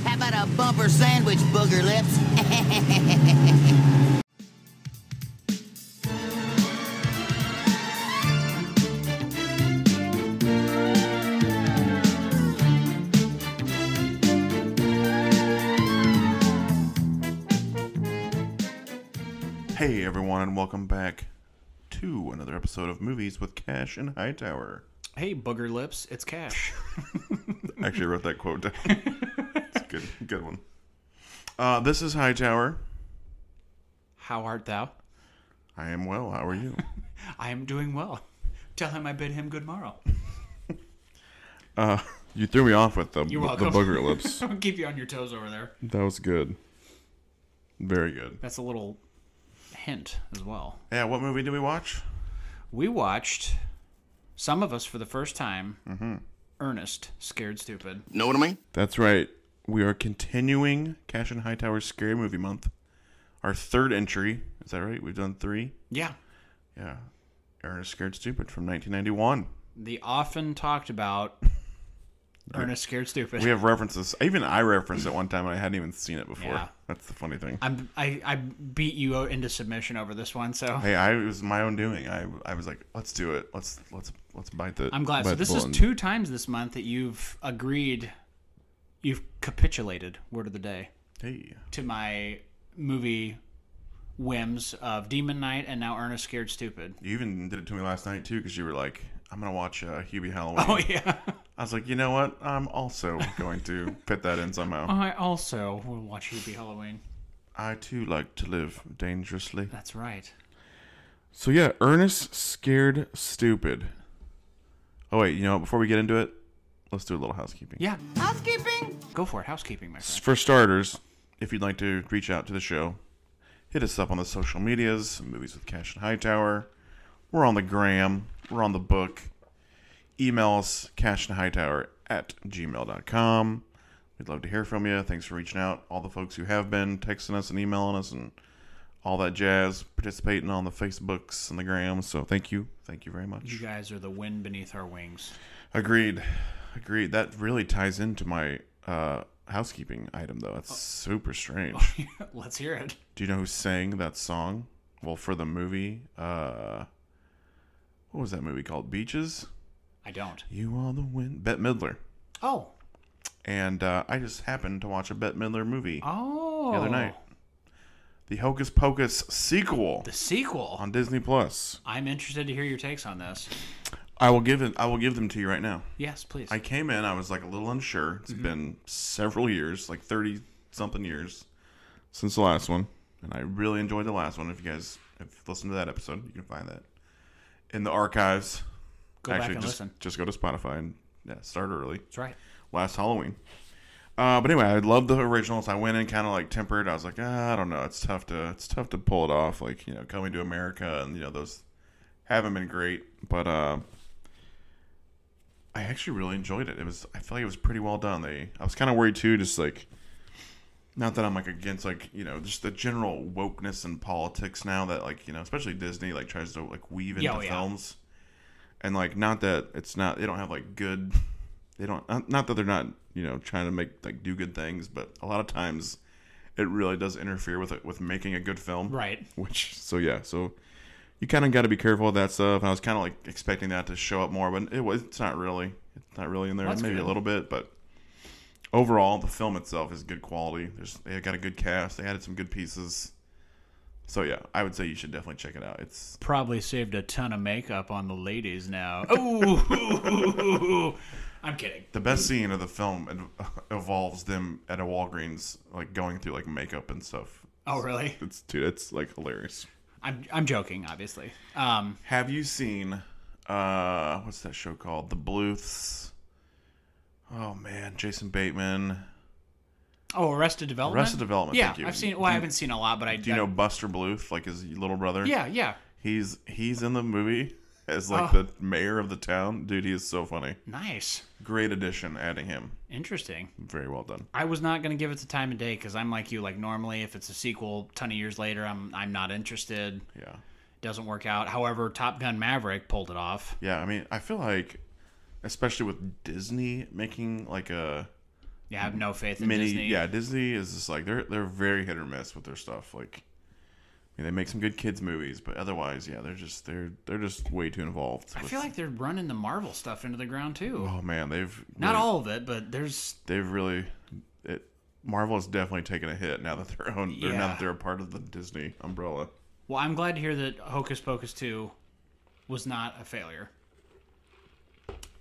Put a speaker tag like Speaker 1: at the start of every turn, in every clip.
Speaker 1: about a bumper sandwich, booger lips?
Speaker 2: Hey everyone, and welcome back to another episode of Movies with Cash and Hightower.
Speaker 3: Hey, booger lips, it's Cash.
Speaker 2: Actually, I wrote that quote down. It's a good, good one. Uh, this is Hightower.
Speaker 3: How art thou?
Speaker 2: I am well. How are you?
Speaker 3: I am doing well. Tell him I bid him good morrow.
Speaker 2: You threw me off with the,
Speaker 3: You're
Speaker 2: the
Speaker 3: welcome.
Speaker 2: booger lips.
Speaker 3: Don't keep you on your toes over there.
Speaker 2: That was good. Very good.
Speaker 3: That's a little hint as well.
Speaker 2: Yeah, what movie did we watch?
Speaker 3: We watched, some of us for the first time,
Speaker 2: Mm-hmm.
Speaker 3: Ernest, Scared Stupid.
Speaker 4: Know what I mean?
Speaker 2: That's right. We are continuing Cash and Hightower's Scary Movie Month. Our third entry. Is that right? We've done three.
Speaker 3: Yeah.
Speaker 2: Yeah. Ernest Scared Stupid from 1991.
Speaker 3: The often talked about Ernest, Scared Stupid.
Speaker 2: We have references. Even I referenced it one time, and I hadn't even seen it before.
Speaker 3: Yeah.
Speaker 2: That's the funny thing.
Speaker 3: I'm, I, I beat you into submission over this one, so.
Speaker 2: hey, I it was my own doing. I I was like, let's do it. Let's let's let's bite the.
Speaker 3: I'm glad.
Speaker 2: bite
Speaker 3: So
Speaker 2: the
Speaker 3: this is
Speaker 2: bullet.
Speaker 3: two times this month that you've agreed, you've capitulated. Word of the day
Speaker 2: Hey,
Speaker 3: to my movie whims of Demon Night and now Ernest Scared Stupid.
Speaker 2: you even did it to me last night too, because you were like, I'm gonna watch uh, Hubie Halloween.
Speaker 3: Oh yeah.
Speaker 2: I was like, you know what? I'm also going to fit that in somehow.
Speaker 3: I also will watch Hubie Halloween.
Speaker 2: I too like to live dangerously.
Speaker 3: That's right.
Speaker 2: So yeah, Ernest scared stupid. Oh wait, you know, what? before we get into it, let's do a little housekeeping.
Speaker 3: Yeah.
Speaker 1: Housekeeping?
Speaker 3: Go for it. Housekeeping, my friend.
Speaker 2: For starters, if you'd like to reach out to the show, hit us up on the social medias, Movies with Cash and Hightower. We're on the gram, we're on the book. Email us, Cash and Hightower at gmail.com. We'd love to hear from you. Thanks for reaching out. All the folks who have been texting us and emailing us and all that jazz, participating on the Facebooks and the grams. So thank you. Thank you very much.
Speaker 3: You guys are the wind beneath our wings.
Speaker 2: Agreed. Agreed. That really ties into my uh, housekeeping item, though. That's super strange.
Speaker 3: Let's hear it.
Speaker 2: Do you know who sang that song? Well, for the movie, uh, what was that movie called? Beaches.
Speaker 3: I don't.
Speaker 2: You are the wind. Bette Midler.
Speaker 3: Oh.
Speaker 2: And uh, I just happened to watch a Bette Midler movie
Speaker 3: Oh.
Speaker 2: the other night. The Hocus Pocus sequel
Speaker 3: The sequel.
Speaker 2: on Disney Plus.
Speaker 3: I'm interested to hear your takes on this.
Speaker 2: I will give it. I will give them to you right now.
Speaker 3: Yes, please.
Speaker 2: I came in. I was like a little unsure.
Speaker 3: Mm-hmm.
Speaker 2: It's been several years, like thirty something years, since the last one, and I really enjoyed the last one. If you guys have listened to that episode, you can find that in the archives.
Speaker 3: Go back and
Speaker 2: just,
Speaker 3: listen.
Speaker 2: Just go to Spotify and yeah, start early.
Speaker 3: That's right.
Speaker 2: Last Halloween. Uh, but anyway, I love the originals. I went in kind of like tempered. I was like, ah, I don't know. It's tough to it's tough to pull it off. Like you know, coming to America and you know those haven't been great. But uh, I actually really enjoyed it. It was I feel like it was pretty well done. They I was kind of worried too, just like not that I'm like against like you know just the general wokeness and politics now that like you know especially Disney like tries to like weave into
Speaker 3: Yeah, oh, yeah.
Speaker 2: films and like not that it's not they don't have like good they don't not- not that they're not you know trying to make like do good things but a lot of times it really does interfere with it with making a good film
Speaker 3: Right.
Speaker 2: which so yeah so you kind of got to be careful of that stuff and i was kind of like expecting that to show up more but it was it's not really it's not really in there
Speaker 3: That's
Speaker 2: maybe a
Speaker 3: good.
Speaker 2: little bit but overall the film itself is good quality there's they got a good cast they added some good pieces so yeah i would say you should definitely check it out it's
Speaker 3: probably saved a ton of makeup on the ladies now. Oh, I'm kidding.
Speaker 2: the best scene of the film and evolves them at a walgreens like going through like makeup and stuff
Speaker 3: Oh, really?
Speaker 2: it's dude it's like hilarious
Speaker 3: I'm I'm joking, obviously. Um,
Speaker 2: Have you seen uh what's that show called? The Bluths. Oh man, Jason Bateman.
Speaker 3: oh, Arrested Development.
Speaker 2: Arrested Development,
Speaker 3: Yeah,
Speaker 2: thank you.
Speaker 3: I've seen. Well, I haven't seen a lot, but I
Speaker 2: Do you
Speaker 3: I-
Speaker 2: know Buster Bluth, like his little brother?
Speaker 3: Yeah, yeah.
Speaker 2: He's he's in the movie as like
Speaker 3: Oh.
Speaker 2: the mayor of the town. Dude, he is so funny.
Speaker 3: Nice,
Speaker 2: Great addition adding him.
Speaker 3: interesting.
Speaker 2: Very well done.
Speaker 3: I was not gonna give it the time of day because I'm like you. Like normally, if it's a sequel, ton of years later, I'm I'm not interested.
Speaker 2: Yeah.
Speaker 3: Doesn't work out. However, Top Gun Maverick pulled it off.
Speaker 2: Yeah, I mean, I feel like especially with Disney making like a
Speaker 3: You have no faith in
Speaker 2: many
Speaker 3: Disney.
Speaker 2: yeah disney is just like they're they're very hit or miss with their stuff like I mean, they make some good kids movies but otherwise yeah they're just they're they're just way too involved
Speaker 3: I
Speaker 2: with-
Speaker 3: feel like they're running the Marvel stuff into the ground too.
Speaker 2: oh man they've
Speaker 3: Not
Speaker 2: really-
Speaker 3: all of it, but there's
Speaker 2: they've really it marvel has definitely taken a hit now that they're own they're now
Speaker 3: Yeah.
Speaker 2: that they're a part of the disney umbrella
Speaker 3: Well, I'm glad to hear that Hocus Pocus 2 was not a failure.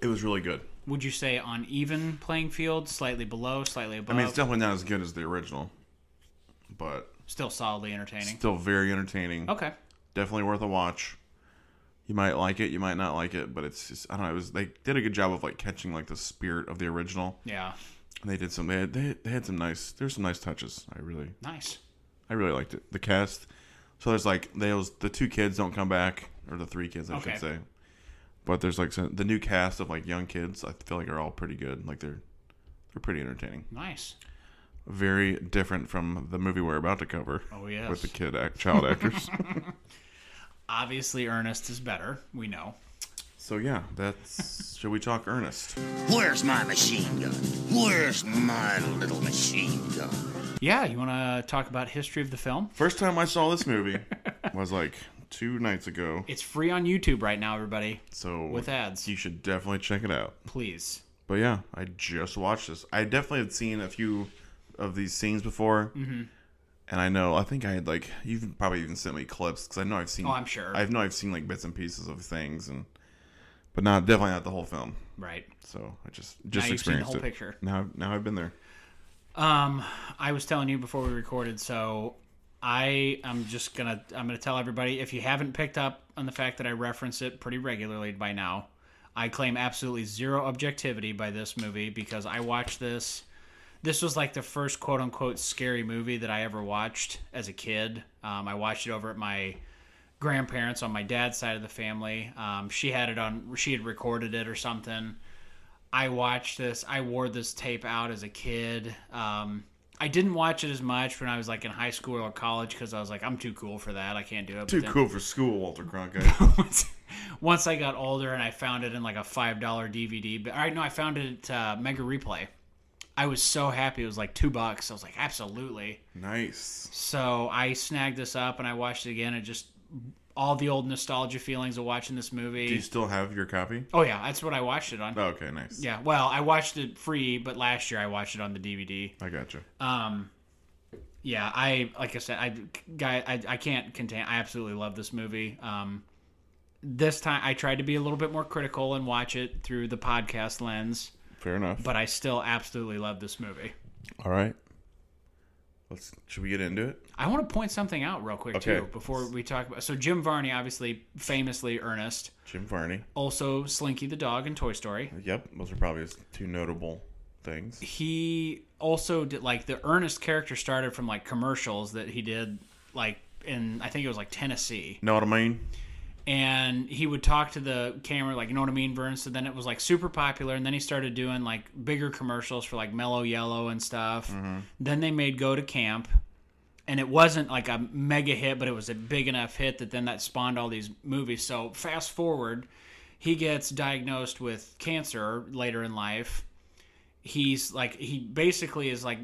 Speaker 2: it was really good
Speaker 3: Would you say on even playing field, slightly below, slightly above?
Speaker 2: i mean it's definitely not as good as the original but
Speaker 3: still solidly entertaining.
Speaker 2: still very entertaining
Speaker 3: Okay.
Speaker 2: definitely worth a watch. You might like it, you might not like it, but it's just I don't know. It was they did a good job of like catching like the spirit of the original.
Speaker 3: Yeah.
Speaker 2: And they did some they had, they, they had some nice there's some nice touches. I really
Speaker 3: Nice.
Speaker 2: I really liked it. The cast. So there's like those the two kids don't come back or the three kids I
Speaker 3: Okay.
Speaker 2: should say. But there's like some, the new cast of like young kids. I feel like are all pretty good. Like they're they're pretty entertaining.
Speaker 3: Nice.
Speaker 2: Very different from the movie we're about to cover.
Speaker 3: Oh, yes.
Speaker 2: With the kid act, child actors.
Speaker 3: Obviously, Ernest is better. We know.
Speaker 2: so yeah, that's should we talk Ernest?
Speaker 1: Where's my machine gun? Where's my little machine gun?
Speaker 3: Yeah, you want to talk about history of the film?
Speaker 2: First time I saw this movie was like two nights ago.
Speaker 3: It's free on YouTube right now, everybody.
Speaker 2: So
Speaker 3: With ads.
Speaker 2: you should definitely check it out.
Speaker 3: Please.
Speaker 2: But yeah, I just watched this. I definitely had seen a few of these scenes before,
Speaker 3: Mm-hmm.
Speaker 2: and I know I think I had like you've probably even sent me clips because I know I've seen.
Speaker 3: Oh, I'm sure.
Speaker 2: I know I've seen like bits and pieces of things, and but not definitely not the whole film.
Speaker 3: Right.
Speaker 2: So I just just
Speaker 3: you've seen the
Speaker 2: experienced
Speaker 3: whole
Speaker 2: it.
Speaker 3: picture.
Speaker 2: Now now I've been there.
Speaker 3: Um, I was telling you before we recorded, so I am just gonna I'm gonna tell everybody if you haven't picked up on the fact that I reference it pretty regularly by now. I claim absolutely zero objectivity by this movie because I watched this. This was like the first quote unquote scary movie that I ever watched as a kid. Um, I watched it over at my grandparents on my dad's side of the family. Um, she had it on, she had recorded it or something. I watched this. I wore this tape out as a kid. Um, I didn't watch it as much when I was like in high school or college because I was like, I'm too cool for that. I can't do it. But
Speaker 2: Too
Speaker 3: then-
Speaker 2: cool for school, Walter Cronkite.
Speaker 3: once, once I got older and I found it in like a five dollar DVD. But all right, no, I found it at uh, Mega Replay. I was so happy. It was like two bucks. I was like, absolutely.
Speaker 2: nice.
Speaker 3: So I snagged this up and I watched it again. And just all the old nostalgia feelings of watching this movie.
Speaker 2: Do you still have your copy?
Speaker 3: Oh yeah, that's what I watched it on.
Speaker 2: Oh, okay, nice.
Speaker 3: Yeah, well, I watched it free, but last year I watched it on the DVD.
Speaker 2: I gotcha.
Speaker 3: Um, yeah, I like I said, I guy, I, I can't contain. I absolutely love this movie. Um, this time I tried to be a little bit more critical and watch it through the podcast lens,
Speaker 2: Fair enough.
Speaker 3: but I still absolutely love this movie.
Speaker 2: All right. Let's. Should we get into it?
Speaker 3: I want to point something out real quick too
Speaker 2: Okay.
Speaker 3: before we talk about. So Jim Varney, obviously famously Ernest,
Speaker 2: Jim Varney.
Speaker 3: also Slinky the dog in Toy Story.
Speaker 2: Yep, those are probably his two notable things.
Speaker 3: he also did like the Ernest character started from like commercials that he did like in I think it was like Tennessee.
Speaker 2: Know what I mean?
Speaker 3: And he would talk to the camera like you know what I mean, Vern. So then it was like super popular and then he started doing like bigger commercials for like Mellow Yellow and stuff. Then they made Go to Camp and it wasn't like a mega hit, but it was a big enough hit that then that spawned all these movies. So fast forward, he gets diagnosed with cancer later in life. He's like he basically is like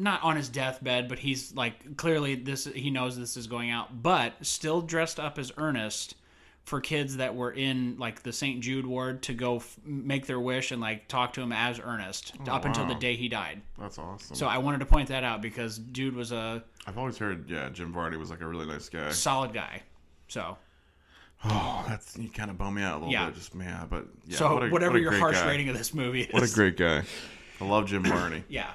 Speaker 3: not on his deathbed, but he's like clearly this he knows this is going out, but still dressed up as Ernest for kids that were in like the St. Jude ward to go f- make their wish and like talk to him as Ernest up until the
Speaker 2: Oh, wow.
Speaker 3: day he died.
Speaker 2: That's awesome.
Speaker 3: So I wanted to point that out because dude was a
Speaker 2: I've always heard, yeah, Jim Varney was like a really nice guy.
Speaker 3: solid guy. So,
Speaker 2: Oh, that's you kind of bummed me out a little
Speaker 3: Yeah.
Speaker 2: bit, just man. But yeah,
Speaker 3: so
Speaker 2: what a-
Speaker 3: whatever
Speaker 2: what a
Speaker 3: your
Speaker 2: great
Speaker 3: harsh
Speaker 2: guy.
Speaker 3: rating of this movie is,
Speaker 2: What a great guy! I love Jim Varney.
Speaker 3: yeah,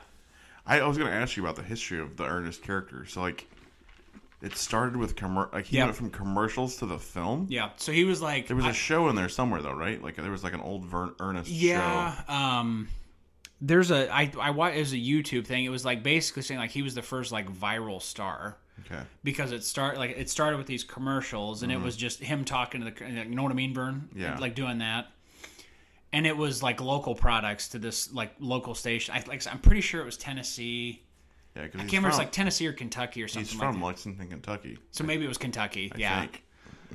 Speaker 2: I, I was going to ask you about the history of the Ernest character. So like, it started with commer- like he
Speaker 3: Yep.
Speaker 2: went from commercials to the film.
Speaker 3: yeah. So he was like,
Speaker 2: There was a
Speaker 3: I-
Speaker 2: show in there somewhere though, right? Like there was like an old Vern Ernest show.
Speaker 3: yeah. Um, there's a I I wa- it was a YouTube thing. It was like basically saying like he was the first like viral star
Speaker 2: Okay.
Speaker 3: because it start like it started with these commercials and it was just him talking to the you know what I mean, Vern?
Speaker 2: Mm-hmm. Yeah.
Speaker 3: like doing that. And it was like local products to this like local station. I like I'm pretty sure it was Tennessee.
Speaker 2: Yeah, because
Speaker 3: I can't remember if it's like Tennessee or Kentucky or something
Speaker 2: he's
Speaker 3: like
Speaker 2: from Lexington, Kentucky.
Speaker 3: So maybe it was Kentucky. yeah.
Speaker 2: I
Speaker 3: Uh,
Speaker 2: think,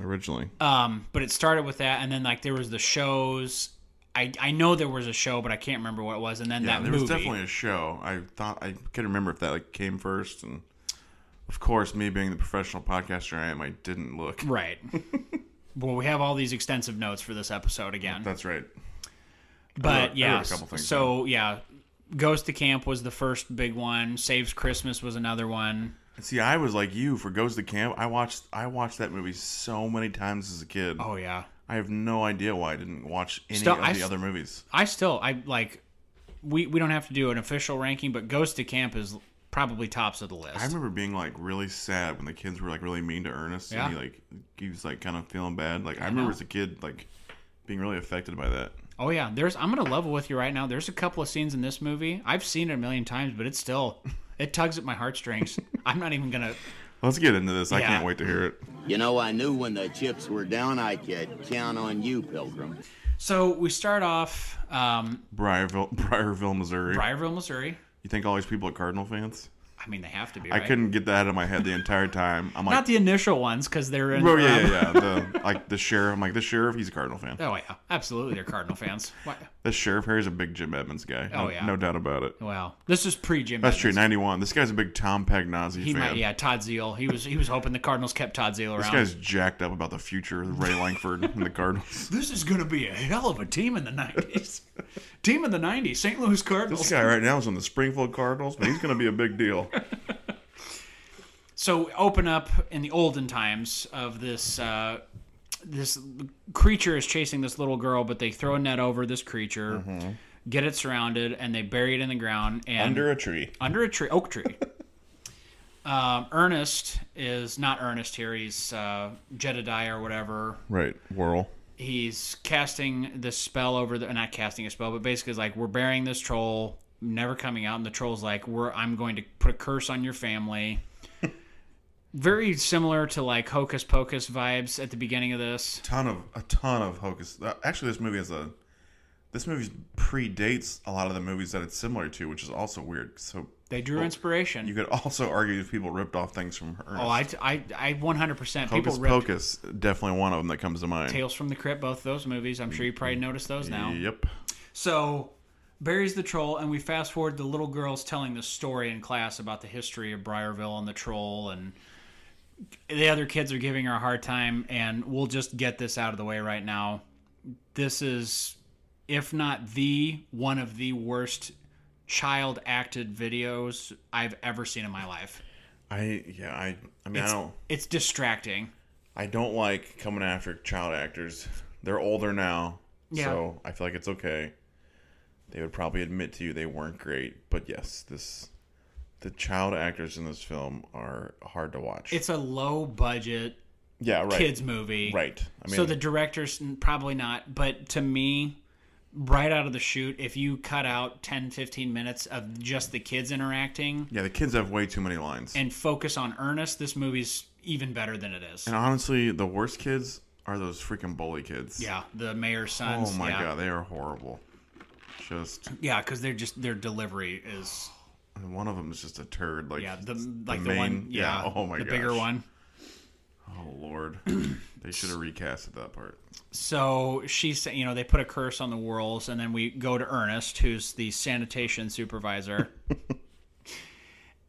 Speaker 2: originally.
Speaker 3: Um, but it started with that, and then like there was the shows. I- I, I know there was a show, but I can't remember what it was. And then
Speaker 2: Yeah,
Speaker 3: that
Speaker 2: there
Speaker 3: movie.
Speaker 2: was definitely a show. I thought I couldn't remember if that like came first, and of course, me being the professional podcaster I am, I didn't look.
Speaker 3: Right. well, we have all these extensive notes for this episode again.
Speaker 2: That's right. I wrote-
Speaker 3: but
Speaker 2: I
Speaker 3: yeah,
Speaker 2: wrote a couple things
Speaker 3: so yeah, Goes to Camp was the first big one. Saves Christmas was another one.
Speaker 2: See, I was like you for Goes to Camp. I watched I watched that movie so many times as a kid.
Speaker 3: Oh yeah,
Speaker 2: I have no idea why I didn't watch any
Speaker 3: Still,
Speaker 2: of
Speaker 3: I
Speaker 2: the
Speaker 3: s-
Speaker 2: other movies.
Speaker 3: I still I like. We we don't have to do an official ranking, but Goes to Camp is probably tops of the list.
Speaker 2: I remember being like really sad when the kids were like really mean to Ernest,
Speaker 3: Yeah.
Speaker 2: and he like he was like kind of feeling bad. Like I, remember as a kid like being really affected by that.
Speaker 3: oh yeah, there's I'm gonna level with you right now. There's a couple of scenes in this movie I've seen it a million times, but it's still it tugs at my heartstrings. I'm not even gonna.
Speaker 2: Let's get into this. I
Speaker 3: Yeah.
Speaker 2: can't wait to hear it.
Speaker 4: You know, I knew when the chips were down, I could count on you, Pilgrim.
Speaker 3: So we start off um,
Speaker 2: Briarville, Briarville, Missouri.
Speaker 3: Briarville, Missouri.
Speaker 2: You think all these people are Cardinal fans?
Speaker 3: I mean, they have to be.
Speaker 2: I
Speaker 3: Right?
Speaker 2: couldn't get that out of my head the entire time. I'm
Speaker 3: Not
Speaker 2: like,
Speaker 3: the initial ones because they're in.
Speaker 2: oh yeah,
Speaker 3: um,
Speaker 2: yeah, yeah. The, like the sheriff. I'm like the sheriff. He's a Cardinal fan.
Speaker 3: Oh yeah, absolutely. They're Cardinal fans. Why?
Speaker 2: The sheriff Harry's a big Jim Edmonds guy.
Speaker 3: Oh,
Speaker 2: no,
Speaker 3: yeah.
Speaker 2: no doubt about it.
Speaker 3: Well, this is pre Jim.
Speaker 2: That's true. '91. This guy's a big Tom Pagnozzi
Speaker 3: He
Speaker 2: fan.
Speaker 3: might. Yeah, Todd Zeal. He was. He was hoping the Cardinals kept Todd Zeal
Speaker 2: This
Speaker 3: around.
Speaker 2: guy's jacked up about the future of Ray Langford and the Cardinals.
Speaker 3: this is going to be a hell of a team in the '90s. team in the '90s, St. Louis
Speaker 2: This
Speaker 3: Cardinals.
Speaker 2: guy right now is on the Springfield Cardinals, but he's going to be a big deal.
Speaker 3: So open up in the olden times of this. Uh, this creature is chasing this little girl, but they throw a net over this creature, get it surrounded, and they bury it in the ground. And
Speaker 2: Mm-hmm. Under a tree.
Speaker 3: under a tree, oak tree. um, Ernest is not Ernest here. He's uh, Jedediah or whatever.
Speaker 2: Right. Whirl.
Speaker 3: He's casting the spell over the, not casting a spell, but basically is like we're burying this troll, never coming out. And the troll's like, we're, I'm going to put a curse on your family. Very similar to like Hocus Pocus vibes at the beginning of this.
Speaker 2: Ton of a ton of hocus. Uh, actually, this movie has a. This movie predates a lot of the movies that it's similar to, which is also weird. So
Speaker 3: They drew inspiration.
Speaker 2: Oh, you could also argue if people ripped off things from Ernest.
Speaker 3: oh, I, I, I 100% people
Speaker 2: Hocus
Speaker 3: ripped
Speaker 2: Pocus, definitely one of them that comes to mind.
Speaker 3: Tales from the Crypt, both those movies. I'm sure you probably noticed those now.
Speaker 2: Yep.
Speaker 3: So buries the troll, and we fast forward. The little girl's telling the story in class about the history of Briarville and the troll, and the other kids are giving her a hard time. And we'll just get this out of the way right now. This is, if not the one of the worst child acted videos I've ever seen in my life.
Speaker 2: I yeah I I mean I don't
Speaker 3: It's distracting.
Speaker 2: I don't like coming after child actors. They're older now,
Speaker 3: Yeah.
Speaker 2: so I feel like it's okay. They would probably admit to you they weren't great, but yes, this the child actors in this film are hard to watch.
Speaker 3: It's a low budget
Speaker 2: yeah, right,
Speaker 3: kids movie.
Speaker 2: right. I mean,
Speaker 3: so the director's n- probably not, but to me, right out of the shoot, if you cut out 10, 15 minutes of just the kids interacting
Speaker 2: yeah, the kids have way too many lines.
Speaker 3: and focus on Ernest, this movie's even better than it is.
Speaker 2: And honestly, the worst kids are those freaking bully kids.
Speaker 3: Yeah, the mayor's sons.
Speaker 2: Oh my
Speaker 3: yeah.
Speaker 2: god, they are horrible. Just
Speaker 3: Yeah, because they're just their delivery is
Speaker 2: and one of them is just a turd. Like
Speaker 3: yeah the like the,
Speaker 2: main-
Speaker 3: one
Speaker 2: yeah,
Speaker 3: yeah,
Speaker 2: oh my
Speaker 3: the bigger
Speaker 2: gosh.
Speaker 3: one.
Speaker 2: oh lord, they should have recasted that part.
Speaker 3: So she's you know they put a curse on the whirls, and then we go to Ernest, who's the sanitation supervisor,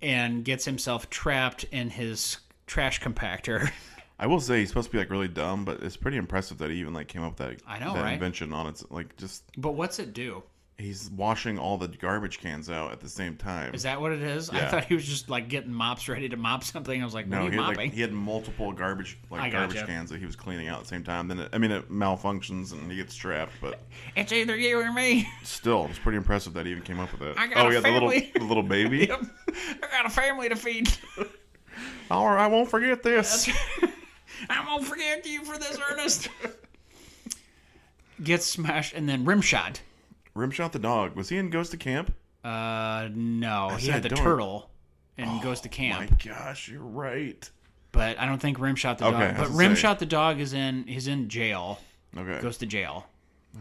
Speaker 3: and gets himself trapped in his trash compactor.
Speaker 2: I will say he's supposed to be like really dumb, but it's pretty impressive that he even like came up with that
Speaker 3: I know,
Speaker 2: that
Speaker 3: right?
Speaker 2: invention on its like just
Speaker 3: But what's it do?
Speaker 2: he's washing all the garbage cans out at the same time.
Speaker 3: Is that what it is? I
Speaker 2: Yeah.
Speaker 3: thought he was just like getting mops ready to mop something. I was like, what
Speaker 2: no,
Speaker 3: are you
Speaker 2: he had,
Speaker 3: mopping?
Speaker 2: like, he had multiple garbage
Speaker 3: I
Speaker 2: like
Speaker 3: gotcha.
Speaker 2: garbage cans that he was cleaning out at the same time. Then it, I mean it malfunctions and he gets trapped, but
Speaker 3: It's either you or me.
Speaker 2: still, it's pretty impressive that he even came up with it.
Speaker 3: I got
Speaker 2: oh
Speaker 3: a
Speaker 2: yeah, the
Speaker 3: family.
Speaker 2: little the little baby.
Speaker 3: I got a family to feed.
Speaker 2: Oh, I won't forget this.
Speaker 3: I won't forget you for this, Ernest. Gets smashed and then rim shot.
Speaker 2: Rimshot the dog was he in Ghost of Camp?
Speaker 3: Uh, no, he
Speaker 2: said
Speaker 3: had the
Speaker 2: don't-
Speaker 3: turtle and goes to camp.
Speaker 2: Oh My gosh, you're right.
Speaker 3: but I don't think Rimshot the
Speaker 2: Okay, I
Speaker 3: dog. But
Speaker 2: was gonna say.
Speaker 3: Rimshot the dog is in he's in jail.
Speaker 2: Okay,
Speaker 3: Goes to jail.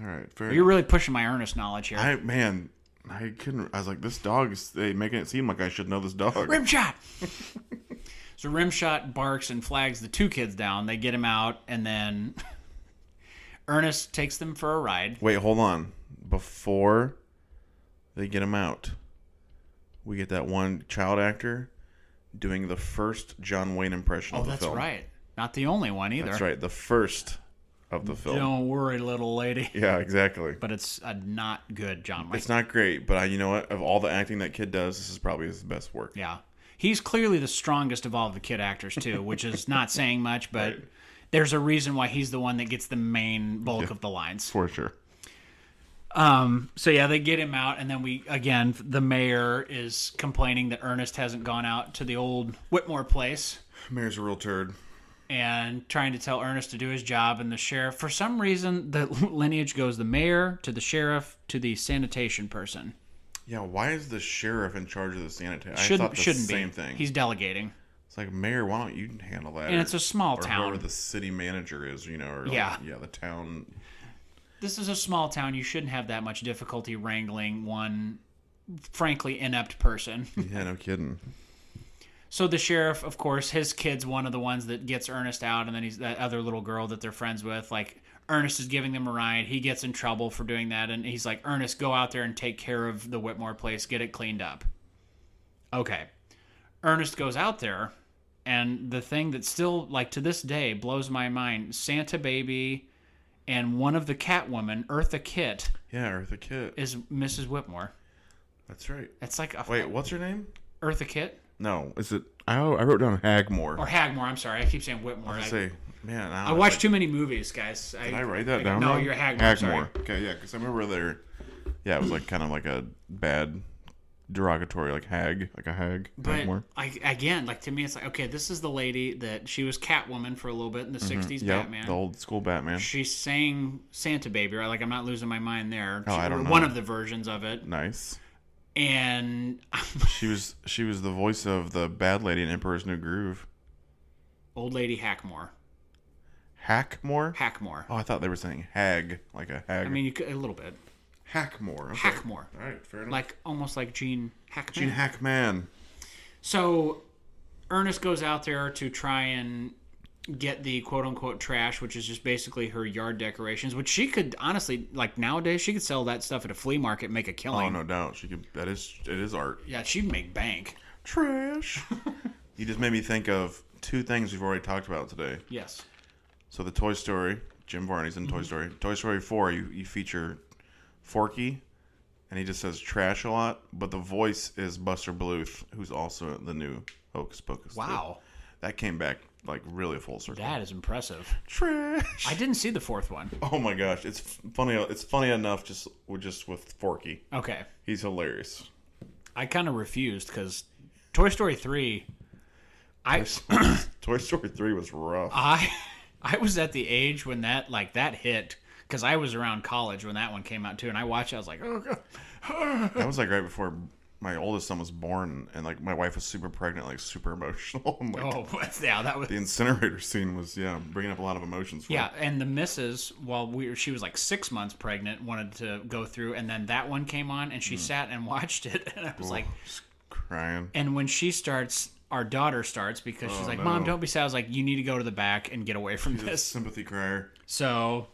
Speaker 2: all right, fair.
Speaker 3: You're really pushing my earnest knowledge here.
Speaker 2: I man, I couldn't. I was like, this dog is they making it seem like I should know this dog.
Speaker 3: Rimshot. so Rimshot barks and flags the two kids down. They get him out, and then Ernest takes them for a ride.
Speaker 2: Wait, hold on. before they get him out, we get that one child actor doing the first John Wayne impression
Speaker 3: Oh,
Speaker 2: of the
Speaker 3: that's
Speaker 2: film.
Speaker 3: right. Not the only one either.
Speaker 2: That's right. The first of the film.
Speaker 3: Don't worry, little lady.
Speaker 2: Yeah, exactly.
Speaker 3: But it's a not good John Wayne.
Speaker 2: It's not great, but I, you know what? Of all the acting that kid does, this is probably his best work.
Speaker 3: Yeah. He's clearly the strongest of all the kid actors too, which is not saying much, but there's a reason why he's the one that gets the main bulk of the lines.
Speaker 2: For
Speaker 3: Um,
Speaker 2: sure.
Speaker 3: So yeah, they get him out, and then we again the mayor is complaining that Ernest hasn't gone out to the old Whitmore place
Speaker 2: Mayor's a real turd.
Speaker 3: and trying to tell Ernest to do his job. And the sheriff, for some reason, the lineage goes the mayor to the sheriff to the sanitation person.
Speaker 2: Yeah, why is the sheriff in charge of the sanitation? I
Speaker 3: Shouldn't
Speaker 2: thought the
Speaker 3: shouldn't
Speaker 2: same
Speaker 3: be.
Speaker 2: thing.
Speaker 3: He's delegating.
Speaker 2: it's like, Mayor, why don't you handle that?
Speaker 3: And it's a small
Speaker 2: or
Speaker 3: town.
Speaker 2: whoever the city manager is, you know, or like,
Speaker 3: Yeah.
Speaker 2: yeah, the town.
Speaker 3: This is a small town. You shouldn't have that much difficulty wrangling one, frankly, inept person.
Speaker 2: Yeah, no kidding.
Speaker 3: So the sheriff, of course, his kid's one of the ones that gets Ernest out, and then he's that other little girl that they're friends with. Like Ernest is giving them a ride. He gets in trouble for doing that, and he's like, Ernest, go out there and take care of the Whitmore place, get it cleaned up. Okay. Ernest goes out there, and the thing that still, like to this day, blows my mind Santa Baby and one of the Catwoman, Eartha Kitt,
Speaker 2: Yeah, Eartha Kitt.
Speaker 3: is Mrs. Whitmore.
Speaker 2: That's right.
Speaker 3: It's like a
Speaker 2: Wait, what's her name?
Speaker 3: Eartha Kitt
Speaker 2: No, is it? Oh, I wrote down Hagmore.
Speaker 3: or Hagmore. I'm sorry, I keep saying Whitmore.
Speaker 2: I
Speaker 3: I-
Speaker 2: say, man, I,
Speaker 3: Oh, I
Speaker 2: was
Speaker 3: watch
Speaker 2: like,
Speaker 3: too many movies, guys.
Speaker 2: Did I write that down?
Speaker 3: No,
Speaker 2: wrong?
Speaker 3: you're Hagmore. Sorry.
Speaker 2: Okay, yeah, because I remember there. Yeah, it was like kind of like a bad derogatory, like hag, like a hag.
Speaker 3: But
Speaker 2: Hagmore.
Speaker 3: I, again, like to me, it's like okay, this is the lady that she was Catwoman for a little bit in the '60s
Speaker 2: Yeah,
Speaker 3: Batman.
Speaker 2: Mm-hmm. the old school Batman.
Speaker 3: she sang Santa Baby, right? Like I'm not losing my mind there.
Speaker 2: Oh,
Speaker 3: She-
Speaker 2: I don't
Speaker 3: or
Speaker 2: know.
Speaker 3: One of the versions of it,
Speaker 2: Nice.
Speaker 3: and
Speaker 2: She was she was the voice of the bad lady in Emperor's New Groove.
Speaker 3: old lady Hackmore,
Speaker 2: Hackmore.
Speaker 3: Hackmore.
Speaker 2: Oh, I thought they were saying hag, like a hag.
Speaker 3: I mean, you could, a little bit
Speaker 2: Hackmore. Okay.
Speaker 3: Hackmore,
Speaker 2: All right, fair enough.
Speaker 3: like almost like Gene Hackman.
Speaker 2: Gene Hackman.
Speaker 3: So Ernest goes out there to try and get the quote unquote trash, which is just basically her yard decorations, which she could honestly like nowadays she could sell that stuff at a flea market, and make a killing.
Speaker 2: Oh no doubt, she could. That is it is art.
Speaker 3: Yeah, she'd make bank.
Speaker 2: Trash. you just made me think of two things we've already talked about today.
Speaker 3: Yes.
Speaker 2: So the Toy Story, Jim Varney's in
Speaker 3: Mm-hmm.
Speaker 2: Toy Story. Toy Story Four, you, you feature Forky, and he just says trash a lot, but the voice is Buster Bluth, who's also the new Hocus Pocus. too.
Speaker 3: Wow.
Speaker 2: that came back like really full circle.
Speaker 3: That is impressive.
Speaker 2: trash.
Speaker 3: I didn't see the fourth one.
Speaker 2: oh my gosh, it's funny. It's funny enough just with just with Forky.
Speaker 3: Okay.
Speaker 2: He's hilarious.
Speaker 3: I kind of refused because Toy Story 3, I,
Speaker 2: Toy Story Three was rough.
Speaker 3: I, I was at the age when that, like, that hit because I was around college when that one came out too. And I watched it, I was like, oh, God.
Speaker 2: That was like right before my oldest son was born, and like my wife was super pregnant, like super emotional. and, like,
Speaker 3: Oh, yeah, that was.
Speaker 2: The incinerator scene was yeah, bringing up a lot of emotions. For
Speaker 3: Yeah,
Speaker 2: me.
Speaker 3: and the missus, while we were, she was like six months pregnant, wanted to go through, and then that one came on, and she sat and watched it, and I was like,
Speaker 2: just crying.
Speaker 3: and when she starts, our daughter starts because she's like, "Mom, don't be sad." I was like, "You need to go to the back and get away from this."
Speaker 2: Sympathy crier.
Speaker 3: So,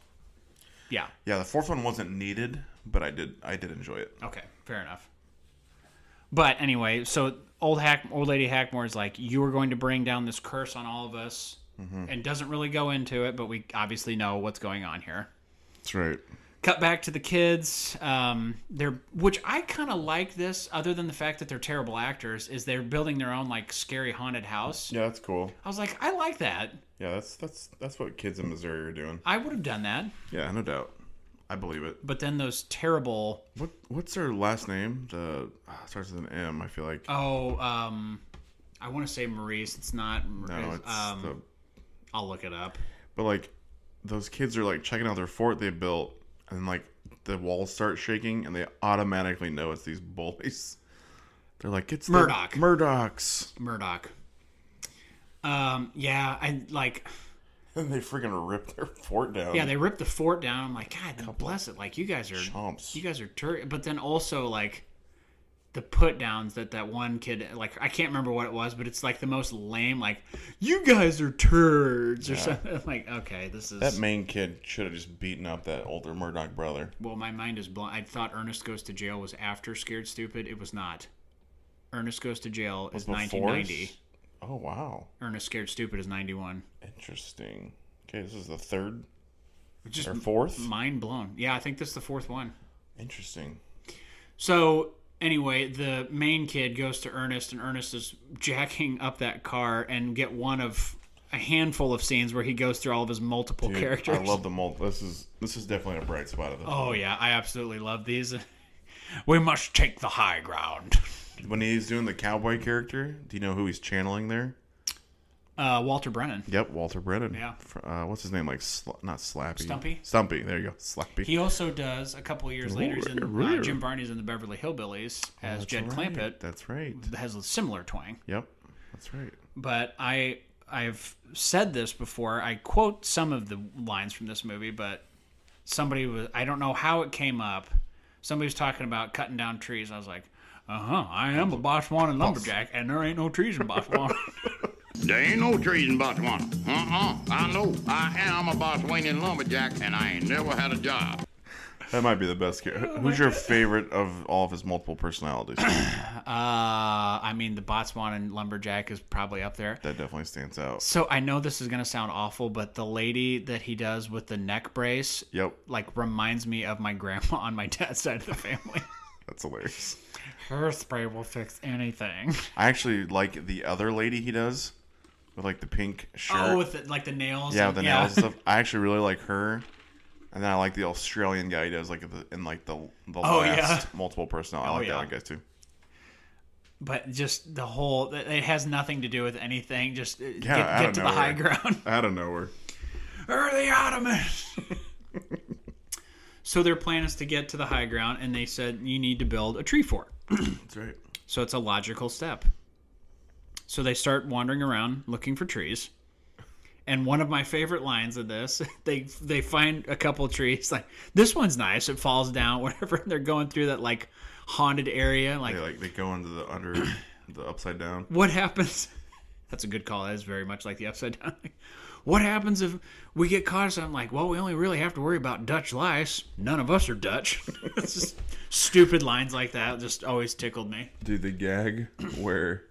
Speaker 3: yeah,
Speaker 2: Yeah, the fourth one wasn't needed, but I did I did enjoy it.
Speaker 3: okay, fair enough. But anyway, so old hack, old lady Hackmore is like, "You are going to bring down this curse on all of us," and doesn't really go into it, but we obviously know what's going on here.
Speaker 2: That's right.
Speaker 3: cut back to the kids um they're which i kind of like this other than the fact that they're terrible actors is they're building their own like scary haunted house
Speaker 2: Yeah, that's cool.
Speaker 3: i was like i like that
Speaker 2: Yeah, that's that's that's what kids in Missouri are doing.
Speaker 3: i would have done that
Speaker 2: Yeah, no doubt. I believe it.
Speaker 3: but then those terrible
Speaker 2: What what's her last name? The ah, it starts with an M. I feel like.
Speaker 3: oh um i want to say maurice it's not maurice.
Speaker 2: no, it's
Speaker 3: um
Speaker 2: the
Speaker 3: i'll look it up
Speaker 2: But like those kids are like checking out their fort they built and like the walls start shaking and they automatically know it's these bullies. They're like, it's the
Speaker 3: Murdoch.
Speaker 2: Murdochs.
Speaker 3: murdoch um yeah i like
Speaker 2: And they freaking rip their fort down.
Speaker 3: yeah they ripped the fort down i'm like god bless it like you guys are
Speaker 2: chomps.
Speaker 3: You guys are tur- but then also like the put downs that that one kid like I can't remember what it was, but it's like the most lame. Like you guys are turds or something. Like okay, this is
Speaker 2: That main kid should have just beaten up that older Murdoch brother.
Speaker 3: well, my mind is blown. I thought Ernest Goes to Jail was after Scared Stupid. It was not. Ernest Goes to Jail is
Speaker 2: Before-
Speaker 3: 1990.
Speaker 2: Oh wow,
Speaker 3: Ernest Scared Stupid is 91.
Speaker 2: interesting. Okay, this is the third
Speaker 3: Just
Speaker 2: or fourth.
Speaker 3: mind blown. Yeah, I think this is the fourth one.
Speaker 2: Interesting.
Speaker 3: So anyway, the main kid goes to Ernest, and Ernest is jacking up that car and get one of a handful of scenes where he goes through all of his multiple
Speaker 2: Dude,
Speaker 3: characters.
Speaker 2: I love the mult. This is this is definitely a bright spot of the
Speaker 3: oh yeah, I absolutely love these. We must take the high ground.
Speaker 2: when he's doing the cowboy character. Do you know who he's channeling there?
Speaker 3: Uh, Walter Brennan.
Speaker 2: Yep, Walter Brennan.
Speaker 3: Yeah.
Speaker 2: Fr- Uh, what's his name? Like sl- not Slappy.
Speaker 3: Stumpy?
Speaker 2: Stumpy. There you go. Slappy.
Speaker 3: He also does a couple years later. He's in, uh, Jim Barney's in the Beverly Hillbillies as
Speaker 2: That's
Speaker 3: Jed
Speaker 2: right.
Speaker 3: Clampett.
Speaker 2: That's right.
Speaker 3: That has a similar twang.
Speaker 2: Yep. That's right.
Speaker 3: but I I've said this before. I quote some of the lines from this movie, but somebody was I don't know how it came up. Somebody was talking about cutting down trees. I was like, uh huh. I am a Botswana lumberjack, and there ain't no trees in Botswana.
Speaker 1: There ain't no trees in Botswana. Uh-uh. I know. I am a Botswanian lumberjack, and I ain't never had a job.
Speaker 2: That might be the best character. Who's your favorite of all of his multiple personalities? that
Speaker 3: uh, I mean, the Botswana lumberjack is probably up there.
Speaker 2: definitely stands out.
Speaker 3: So I know this is gonna sound awful, but the lady that he does with the neck brace,
Speaker 2: Yep.
Speaker 3: like reminds me of my grandma on my dad's side of the family.
Speaker 2: That's hilarious.
Speaker 3: Her spray will fix anything.
Speaker 2: I actually like the other lady he does with like the pink shirt.
Speaker 3: Oh, with the, like the nails.
Speaker 2: yeah,
Speaker 3: and-
Speaker 2: with the nails and stuff. I actually really like her. And then I like the Australian guy he does like the in like the the
Speaker 3: Oh, yeah. Oh,
Speaker 2: last multiple personality. I like
Speaker 3: yeah.
Speaker 2: that one guy too.
Speaker 3: But just the whole, it has nothing to do with anything. Just uh,
Speaker 2: Yeah,
Speaker 3: get,
Speaker 2: out
Speaker 3: get
Speaker 2: of
Speaker 3: to the high
Speaker 2: nowhere.
Speaker 3: ground.
Speaker 2: Out of nowhere.
Speaker 3: or the Ottomans. so their plan is to get to the high ground, and they said you need to build a tree fort.
Speaker 2: That's right.
Speaker 3: So it's a logical step. So they start wandering around looking for trees. And one of my favorite lines of this, they they find a couple trees. Like this one's nice; it falls down, whatever. And they're going through that like haunted area. Like,
Speaker 2: They like they go into the under the upside down.
Speaker 3: what happens? That's a good call. That is very much like the upside down. Like, what happens if we get caught? So I'm like, well, we only really have to worry about Dutch lice. None of us are Dutch. it's just stupid lines like that just always tickled me.
Speaker 2: Dude, the gag where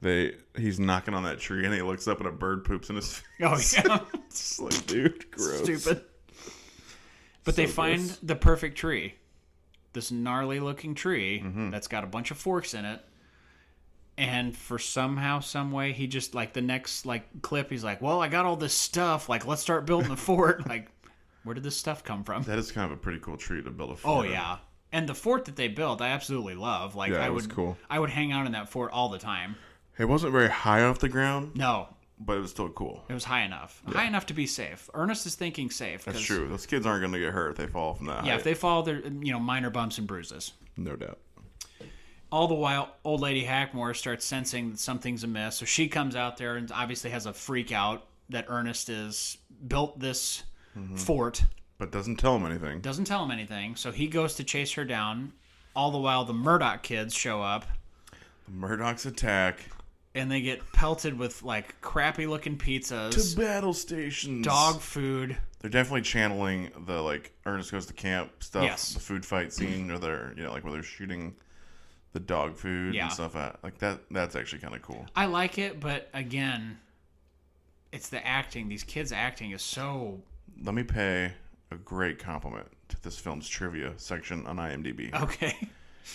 Speaker 2: they he's knocking on that tree and he looks up and a bird poops in his face.
Speaker 3: Oh yeah.
Speaker 2: It's like, dude, gross.
Speaker 3: stupid. But they
Speaker 2: So
Speaker 3: find
Speaker 2: gross.
Speaker 3: the perfect tree, this gnarly looking tree
Speaker 2: Mm-hmm.
Speaker 3: that's got a bunch of forks in it. And for somehow, some way, he just like the next like clip, he's like, "Well, I got all this stuff. Like, let's start building a fort." Like, where did this stuff come from?
Speaker 2: That is kind of a pretty cool tree to build a fort.
Speaker 3: Oh
Speaker 2: in.
Speaker 3: yeah, and the fort that they built, I absolutely love. Like,
Speaker 2: Yeah,
Speaker 3: I
Speaker 2: it was
Speaker 3: would,
Speaker 2: cool.
Speaker 3: I would hang out in that fort all the time.
Speaker 2: It wasn't very high off the ground,
Speaker 3: No,
Speaker 2: but it was still cool.
Speaker 3: it was high enough, high enough to be safe. Ernest is thinking safe.
Speaker 2: That's
Speaker 3: 'cause-
Speaker 2: true. Those kids aren't going to get hurt if they fall from that
Speaker 3: Yeah,
Speaker 2: height.
Speaker 3: if they follow their you know minor bumps and bruises.
Speaker 2: No doubt.
Speaker 3: all the while old lady hackmore starts sensing that something's amiss so she comes out there and obviously has a freak out that ernest is built this fort
Speaker 2: But doesn't tell them anything.
Speaker 3: doesn't tell him anything so he goes to chase her down all the while the murdoch kids show up
Speaker 2: Murdoch's attack
Speaker 3: and they get pelted with like crappy looking
Speaker 2: to
Speaker 3: pizzas
Speaker 2: battle stations.
Speaker 3: dog food
Speaker 2: They're definitely channeling the like Ernest goes to camp stuff,
Speaker 3: Yes.
Speaker 2: the food fight scene, or they're you know like where they're shooting the dog food
Speaker 3: Yeah.
Speaker 2: and stuff at like that. That's actually kind of cool.
Speaker 3: i like it but again it's the acting these kids acting is so
Speaker 2: Let me pay a great compliment to this film's trivia section on IMDb.
Speaker 3: Oh, okay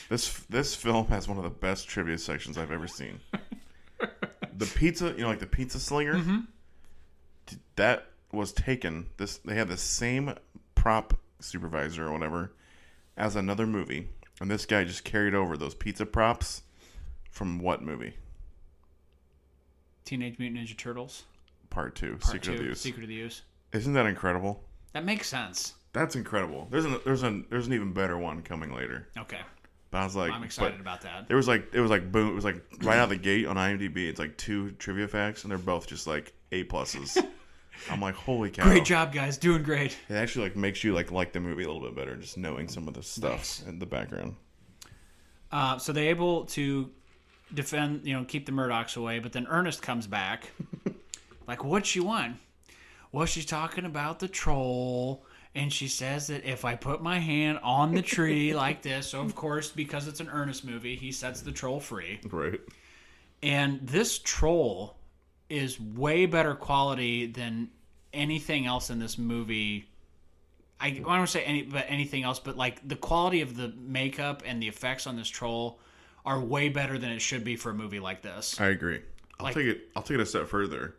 Speaker 2: This this film has one of the best trivia sections I've ever seen. the pizza, you know, like the pizza slinger,
Speaker 3: Mm-hmm.
Speaker 2: d- that was taken. This they had the same prop supervisor or whatever as another movie, and this guy just carried over those pizza props from what movie?
Speaker 3: teenage mutant ninja turtles
Speaker 2: Part two,
Speaker 3: Part
Speaker 2: Secret of
Speaker 3: Two,
Speaker 2: the Use.
Speaker 3: secret of the use
Speaker 2: Isn't that incredible?
Speaker 3: that makes sense
Speaker 2: That's incredible. There's an there's an there's an even better one coming later.
Speaker 3: okay
Speaker 2: But I was like,
Speaker 3: I'm
Speaker 2: but-
Speaker 3: excited about that.
Speaker 2: There was like it was like boom it was like right out of the gate on IMDb. It's like two trivia facts and they're both just like A pluses. I'm like, holy cow!
Speaker 3: Great job, guys. Doing great.
Speaker 2: It actually like makes you like like the movie a little bit better, just knowing some of the stuff in the background.
Speaker 3: Uh, so they're able to defend, you know, keep the Murdochs away. But then Ernest comes back. like, what she want? Well, she's talking about the troll. And she says that if I put my hand on the tree like this, so of course, because it's an Ernest movie, he sets the troll free.
Speaker 2: Right.
Speaker 3: And this troll is way better quality than anything else in this movie. I, I don't want to say any, but anything else, but like the quality of the makeup and the effects on this troll are way better than it should be for a movie like this.
Speaker 2: I agree. I'll
Speaker 3: Like-
Speaker 2: take it. I'll take it a step further.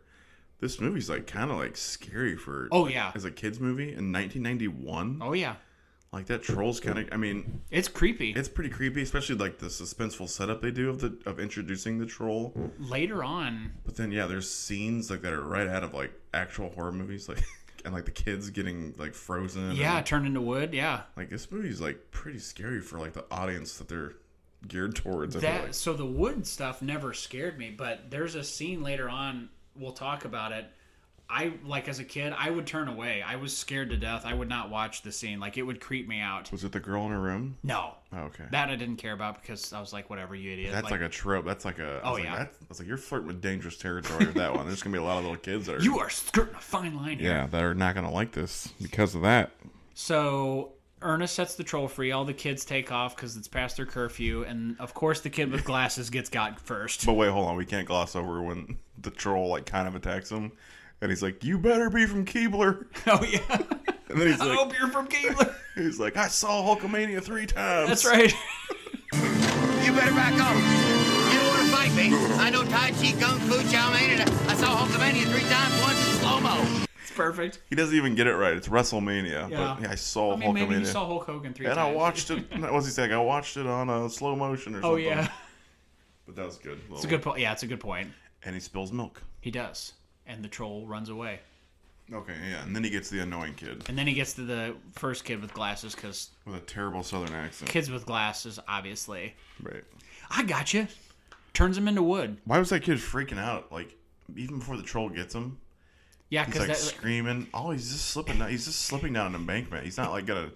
Speaker 2: This movie's like kind of like scary for
Speaker 3: Oh, yeah.
Speaker 2: as a kids movie in 1991.
Speaker 3: Oh yeah,
Speaker 2: Like that trolls kind of. I mean,
Speaker 3: it's creepy.
Speaker 2: it's pretty creepy, especially like the suspenseful setup they do of the of introducing the troll.
Speaker 3: Later on,
Speaker 2: But then yeah, there's scenes like that are right out of like actual horror movies, like and like the kids getting like frozen.
Speaker 3: yeah,
Speaker 2: and,
Speaker 3: turned into wood. Yeah,
Speaker 2: like this movie's like pretty scary for like the audience that they're geared towards. I feel
Speaker 3: that
Speaker 2: like.
Speaker 3: so the wood stuff never scared me but there's a scene later on we'll talk about it i like as a kid i would turn away i was scared to death i would not watch the scene like it would creep me out
Speaker 2: Was it the girl in her room?
Speaker 3: no
Speaker 2: Oh, okay.
Speaker 3: that i didn't care about because i was like whatever you idiot
Speaker 2: That's like, a trope. That's like a. I
Speaker 3: Oh,
Speaker 2: was
Speaker 3: yeah.
Speaker 2: Like, that's, I was like, you're flirting with dangerous territory with that one. There's gonna be a lot of little kids that are.
Speaker 3: you are skirting a fine line here
Speaker 2: yeah, that are not gonna like this because of that.
Speaker 3: so ernest sets the troll free all the kids take off because it's past their curfew and of course the kid with glasses gets got first
Speaker 2: But wait, hold on. We can't gloss over when the troll like kind of attacks him, and he's like, "You better be from Keebler."
Speaker 3: oh yeah
Speaker 2: And then he's
Speaker 3: i
Speaker 2: like,
Speaker 3: hope you're from Cleveland.
Speaker 2: he's like, "I saw Hulkamania three times."
Speaker 3: that's right
Speaker 4: You better back up. You don't want to fight me. I know Tai Chi, Kung Fu, Chow Man, and I saw Hulkamania three times once in slow mo.
Speaker 3: it's perfect
Speaker 2: He doesn't even get it right. It's WrestleMania.
Speaker 3: Yeah.
Speaker 2: But yeah, I saw
Speaker 3: I mean, maybe you
Speaker 2: Hulkamania.
Speaker 3: saw Hulk Hogan three
Speaker 2: and
Speaker 3: times.
Speaker 2: I watched it. What was he saying? I watched it on uh, slow motion or something.
Speaker 3: Oh yeah,
Speaker 2: But that was good.
Speaker 3: it's a good point. Yeah, it's a good point.
Speaker 2: And he spills milk.
Speaker 3: He does, and the troll runs away,
Speaker 2: Okay, yeah. And then he gets the annoying kid
Speaker 3: and then he gets to the first kid with glasses because
Speaker 2: with a terrible southern accent.
Speaker 3: kids with glasses, obviously.
Speaker 2: Right.
Speaker 3: I got you. Turns him into wood.
Speaker 2: Why was that kid freaking out? Like, even before the troll gets him,
Speaker 3: Yeah,
Speaker 2: he's
Speaker 3: because
Speaker 2: like
Speaker 3: that.
Speaker 2: screaming. Oh, he's just slipping. Down. He's just slipping down an embankment. He's not like gonna.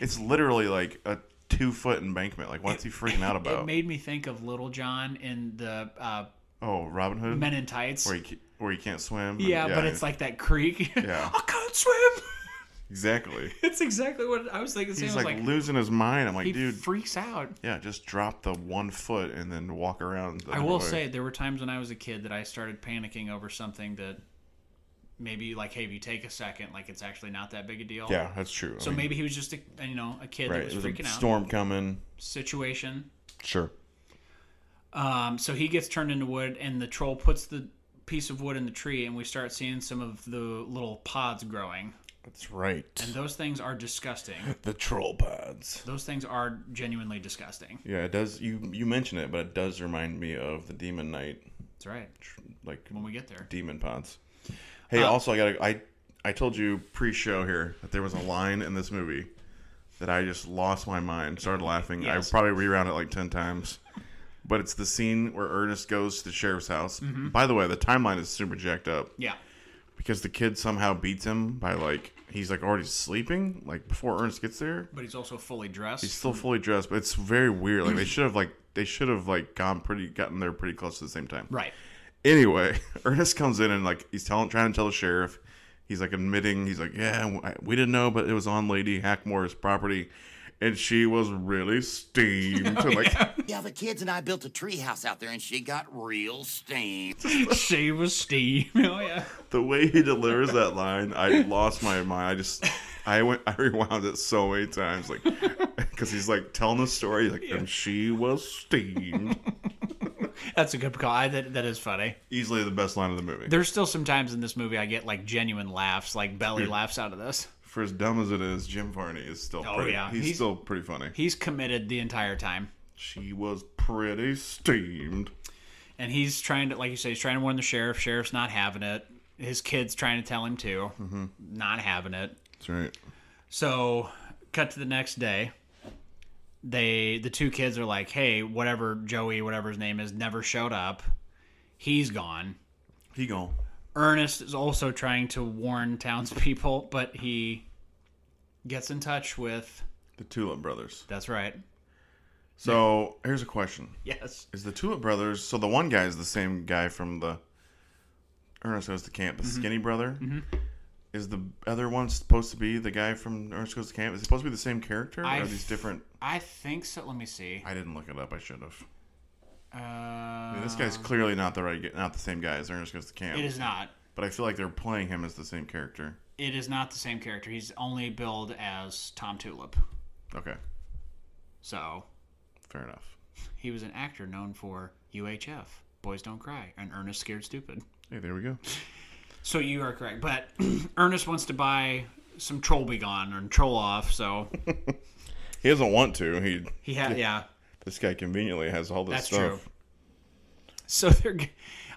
Speaker 2: It's literally like a two foot embankment. Like, what's he freaking out
Speaker 3: It
Speaker 2: about?
Speaker 3: made me think of Little John in the uh,
Speaker 2: oh, Robin Hood.
Speaker 3: Men in Tights.
Speaker 2: where he ca- where he can't swim.
Speaker 3: yeah, but
Speaker 2: yeah,
Speaker 3: it's like that creek.
Speaker 2: Yeah.
Speaker 3: I can't swim.
Speaker 2: exactly.
Speaker 3: it's exactly what I was thinking. Sam
Speaker 2: He's
Speaker 3: was
Speaker 2: like,
Speaker 3: like,
Speaker 2: losing his mind. I'm like,
Speaker 3: he
Speaker 2: dude,
Speaker 3: freaks out.
Speaker 2: yeah, just drop the one foot and then walk around. the
Speaker 3: I
Speaker 2: other
Speaker 3: will
Speaker 2: way.
Speaker 3: say there were times when I was a kid that I started panicking over something that maybe like, hey, if you take a second, like it's actually not that big a deal.
Speaker 2: yeah, that's true. I
Speaker 3: So
Speaker 2: mean,
Speaker 3: maybe he was just a you know a kid
Speaker 2: right,
Speaker 3: that was
Speaker 2: there's
Speaker 3: freaking
Speaker 2: a
Speaker 3: out
Speaker 2: storm coming.
Speaker 3: situation.
Speaker 2: Sure.
Speaker 3: Um, so he gets turned into wood, and the troll puts the piece of wood in the tree, and we start seeing some of the little pods growing.
Speaker 2: That's right.
Speaker 3: And those things are disgusting.
Speaker 2: The troll pods.
Speaker 3: Those things are genuinely disgusting.
Speaker 2: Yeah, it does. You you mention it, but it does remind me of the Demon Knight,
Speaker 3: That's right.
Speaker 2: like
Speaker 3: When we get there,
Speaker 2: demon pods. Hey,
Speaker 3: Uh,
Speaker 2: also I got I I told you pre-show here that there was a line in this movie that I just lost my mind, started laughing.
Speaker 3: Yes.
Speaker 2: I probably rewound it like ten times. But it's the scene where Ernest goes to the sheriff's house.
Speaker 3: Mm-hmm.
Speaker 2: By the way, the timeline is super jacked up
Speaker 3: yeah,
Speaker 2: because the kid somehow beats him by like he's like already sleeping like before Ernest gets there.
Speaker 3: but he's also fully
Speaker 2: He's
Speaker 3: dressed.
Speaker 2: still fully dressed, but it's very weird. Like they should have like they should have like gone pretty gotten there pretty close to the same time.
Speaker 3: Right.
Speaker 2: Anyway, Ernest comes in and like he's telling trying to tell the sheriff. He's like admitting he's like yeah w- I- we didn't know, but it was on Lady Hackmore's property, and she was really steamed.
Speaker 3: Oh,
Speaker 2: like
Speaker 4: Yeah, the kids and I built a tree house out there, and she got real steam.
Speaker 3: she was Steve. Oh yeah.
Speaker 2: the way he delivers that line, I lost my mind. I just. I went. I rewound it so many times, like, because he's like telling the story, like, and she was steamed.
Speaker 3: That's a good call. I, that, that is funny.
Speaker 2: Easily the best line of the movie.
Speaker 3: There's still some times in this movie I get like genuine laughs, like belly laughs out of this.
Speaker 2: for as dumb as it is, Jim Varney is still
Speaker 3: Oh,
Speaker 2: pretty,
Speaker 3: yeah.
Speaker 2: he's,
Speaker 3: He's-
Speaker 2: still pretty funny.
Speaker 3: He's committed the entire time.
Speaker 2: She was pretty steamed.
Speaker 3: And he's trying to, like you say, he's trying to warn the sheriff. Sheriff's not having it. His kid's trying to tell him to. Not having it.
Speaker 2: That's right.
Speaker 3: So, cut to the next day. They the two kids are like, "Hey, whatever Joey, whatever his name is, never showed up. He's gone."
Speaker 2: He gone.
Speaker 3: Ernest is also trying to warn townspeople, but he gets in touch with
Speaker 2: The Tulip Brothers.
Speaker 3: That's right.
Speaker 2: So here's a question:
Speaker 3: Yes.
Speaker 2: Is the Tulip Brothers? So the one guy is the same guy from the Ernest Goes to Camp, the skinny brother. Is the other one supposed to be the guy from Ernest Goes to Camp? Is it supposed to be the same character?
Speaker 3: I
Speaker 2: or are these different?
Speaker 3: I think so. Let me see.
Speaker 2: I didn't look it up. I should have. I
Speaker 3: Uh,
Speaker 2: mean, this guy's clearly not the right, g- not the same guy as Ernest Goes to Camp.
Speaker 3: it is not.
Speaker 2: But I feel like they're playing him as the same character.
Speaker 3: It is not the same character. He's only billed as Tom Tulip.
Speaker 2: Okay,
Speaker 3: So
Speaker 2: fair enough.
Speaker 3: he was an actor known for UHF, Boys Don't Cry, and Ernest Scared Stupid.
Speaker 2: Hey, there we go.
Speaker 3: So you are correct. But Ernest wants to buy some Troll Be Gone or Troll Off. So
Speaker 2: He doesn't want to. He
Speaker 3: he had, yeah.
Speaker 2: this guy conveniently has all this
Speaker 3: That's
Speaker 2: stuff.
Speaker 3: true. So they're, g-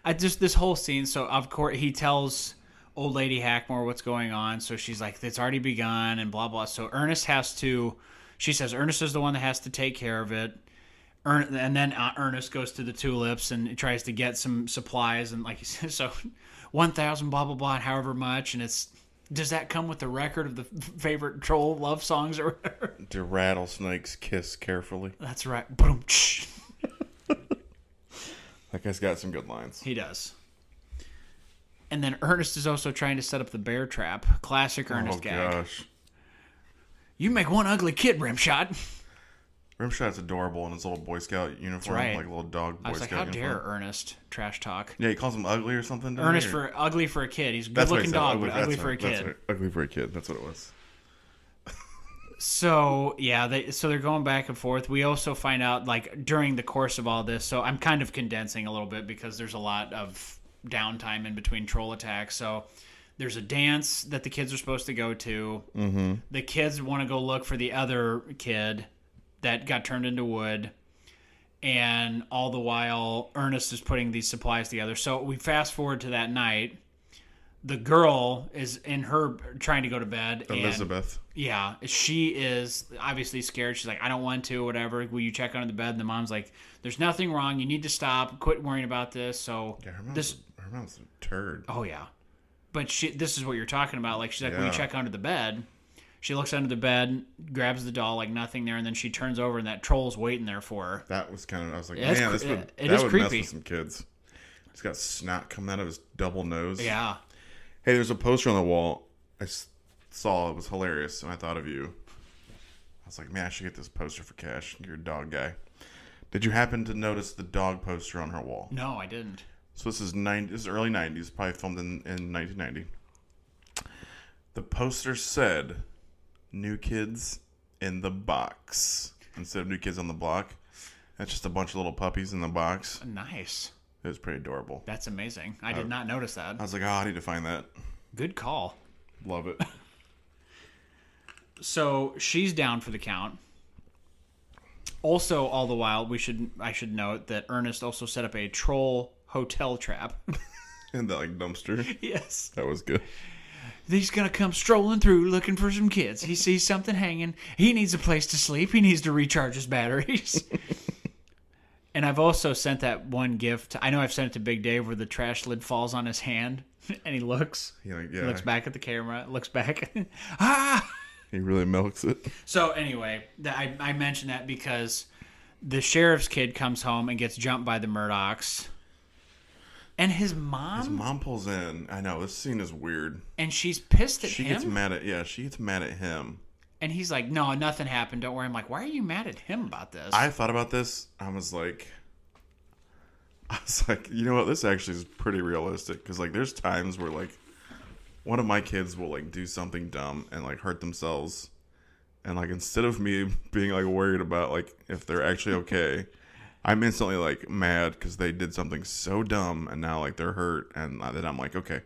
Speaker 3: I just this whole scene. So of course he tells old lady Hackmore what's going on. So she's like, "It's already begun," and blah blah. So Ernest has to. She says Ernest is the one that has to take care of it. Ern- and then uh, Ernest goes to the tulips and tries to get some supplies and like he says, so one thousand blah blah blah, and however much, and it's. Does that come with the record of the f- favorite troll love songs or whatever?
Speaker 2: Do rattlesnakes kiss carefully?
Speaker 3: That's right. Boom. tsh.
Speaker 2: That guy's got some good lines.
Speaker 3: He does. And then Ernest is also trying to set up the bear trap. Classic Ernest
Speaker 2: oh
Speaker 3: gag.
Speaker 2: gosh,
Speaker 3: You make one ugly kid, Rimshot.
Speaker 2: Rimshot's adorable in his little Boy Scout uniform,
Speaker 3: right.
Speaker 2: like little dog Boy
Speaker 3: I was like,
Speaker 2: Scout
Speaker 3: how
Speaker 2: uniform.
Speaker 3: dare Ernest trash talk?
Speaker 2: Yeah, he calls him ugly or something. doesn't
Speaker 3: Ernest
Speaker 2: he?
Speaker 3: for ugly for a kid. He's a
Speaker 2: That's what he
Speaker 3: good-looking
Speaker 2: said,
Speaker 3: dog, but
Speaker 2: that's
Speaker 3: ugly
Speaker 2: right,
Speaker 3: for a
Speaker 2: that's
Speaker 3: kid.
Speaker 2: right. Ugly for a kid. That's what it was.
Speaker 3: So yeah, they so they're going back and forth. We also find out like during the course of all this. So I'm kind of condensing a little bit because there's a lot of downtime in between troll attacks. So there's a dance that the kids are supposed to go to. Mm-hmm. The kids want to go look for the other kid that got turned into wood. And all the while, Ernest is putting these supplies together. So we fast forward to that night. The girl is in her trying to go to bed. and-
Speaker 2: Elizabeth.
Speaker 3: yeah, she is obviously scared. She's like, I don't want to, whatever. Will you check under the bed? And the mom's like, There's nothing wrong. You need to stop. Quit worrying about this. So
Speaker 2: Yeah, her mom's,
Speaker 3: this,
Speaker 2: her mom's a turd.
Speaker 3: oh yeah, but she, this is what you're talking about. Like she's like, Will you
Speaker 2: Yeah.
Speaker 3: check under the bed? She looks under the bed, grabs the doll like nothing there, and then she turns over and that troll's waiting there for her.
Speaker 2: That was kind of. I was like,
Speaker 3: Yeah, it's
Speaker 2: man,
Speaker 3: cre-
Speaker 2: this would
Speaker 3: yeah, it
Speaker 2: that
Speaker 3: is
Speaker 2: would mess
Speaker 3: creepy.
Speaker 2: with some kids. He's got snot coming out of his double nose.
Speaker 3: Yeah,
Speaker 2: Hey, there's a poster on the wall. I s- saw it was hilarious, and I thought of you. I was like, man, I should get this poster for cash. You're a dog guy. Did you happen to notice the dog poster on her wall?
Speaker 3: no, I didn't.
Speaker 2: So this is nine. This is early '90s, probably filmed in, in 1990. The poster said "New Kids in the Box" instead of "New Kids on the Block." That's just a bunch of little puppies in the box.
Speaker 3: Nice,
Speaker 2: It was pretty adorable.
Speaker 3: that's amazing. I
Speaker 2: Uh,
Speaker 3: did not notice that.
Speaker 2: I was like, "Oh, I need to find that."
Speaker 3: Good call.
Speaker 2: Love it.
Speaker 3: so she's down for the count. Also, all the while, we should I should note that Ernest also set up a troll hotel trap.
Speaker 2: and that like dumpster.
Speaker 3: yes,
Speaker 2: That was good.
Speaker 3: he's gonna come strolling through looking for some kids. He sees something hanging. He needs a place to sleep. He needs to recharge his batteries. and I've also sent that one gift. I know I've sent it to Big Dave where the trash lid falls on his hand and he looks.
Speaker 2: He like
Speaker 3: He
Speaker 2: yeah.
Speaker 3: looks back at the camera. Looks back. ah.
Speaker 2: He really milks it.
Speaker 3: So anyway, that I, I mentioned that because the sheriff's kid comes home and gets jumped by the Murdochs. And his mom,
Speaker 2: His mom pulls in. I know this scene is weird.
Speaker 3: and she's pissed at
Speaker 2: She
Speaker 3: him.
Speaker 2: gets mad at yeah. She gets mad at him.
Speaker 3: and he's like, "No, nothing happened. Don't worry." I'm like, "Why are you mad at him about this?"
Speaker 2: I thought about this. I was like, I was like, you know what? This actually is pretty realistic because like, there's times where like, one of my kids will like do something dumb and like hurt themselves, and like instead of me being like worried about like if they're actually okay, I'm instantly like mad because they did something so dumb and now like they're hurt and then I'm like okay.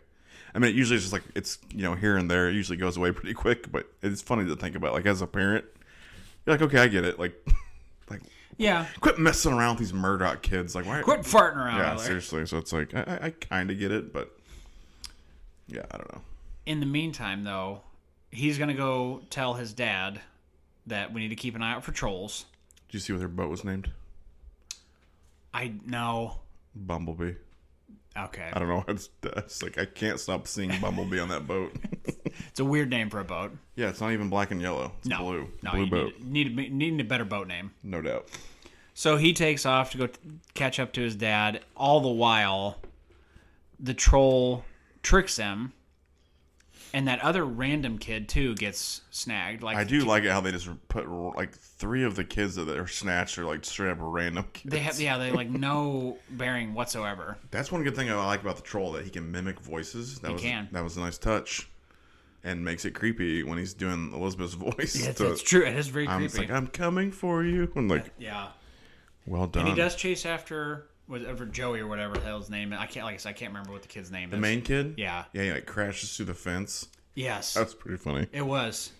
Speaker 2: I mean, it usually is just like it's you know here and there. It usually goes away pretty quick, but it's funny to think about. Like as a parent, you're like, okay, I get it. Like, like
Speaker 3: yeah,
Speaker 2: quit messing around with these Murdoch kids. Like, why?
Speaker 3: quit farting around.
Speaker 2: Yeah,
Speaker 3: Miller.
Speaker 2: seriously. So it's like I, I, I kind of get it, but yeah, I don't know.
Speaker 3: In the meantime, though, he's gonna go tell his dad that we need to keep an eye out for trolls.
Speaker 2: Did you see what their boat was named?
Speaker 3: I know.
Speaker 2: Bumblebee.
Speaker 3: Okay,
Speaker 2: I don't know. It's, it's like I can't stop seeing Bumblebee on that boat.
Speaker 3: it's a weird name for a boat.
Speaker 2: yeah, it's not even black and yellow. It's
Speaker 3: No,
Speaker 2: blue.
Speaker 3: no,
Speaker 2: blue
Speaker 3: you
Speaker 2: boat,
Speaker 3: Need, need, a- need a better boat name.
Speaker 2: no doubt.
Speaker 3: So he takes off to go t- catch up to his dad. All the while, the troll tricks him, and that other random kid too gets snagged. Like
Speaker 2: I do like it how they just put like three of the kids that are snatched are like straight up random kids.
Speaker 3: They have yeah, they like no bearing whatsoever.
Speaker 2: That's one good thing I like about the troll that he can mimic voices. That
Speaker 3: He
Speaker 2: was
Speaker 3: can.
Speaker 2: that was a nice touch, and makes it creepy when he's doing Elizabeth's voice.
Speaker 3: It's,
Speaker 2: So
Speaker 3: it's true. It is very
Speaker 2: I'm
Speaker 3: creepy.
Speaker 2: just like "Ah." I'm coming for you. I'm like
Speaker 3: yeah,
Speaker 2: well done.
Speaker 3: he does chase after whatever Joey or whatever the hell his name. Is. I can't like I said, I can't remember what the kid's name
Speaker 2: the
Speaker 3: is.
Speaker 2: main kid.
Speaker 3: Yeah.
Speaker 2: Yeah. He like crashes through the fence.
Speaker 3: Yes,
Speaker 2: That's pretty funny.
Speaker 3: it was.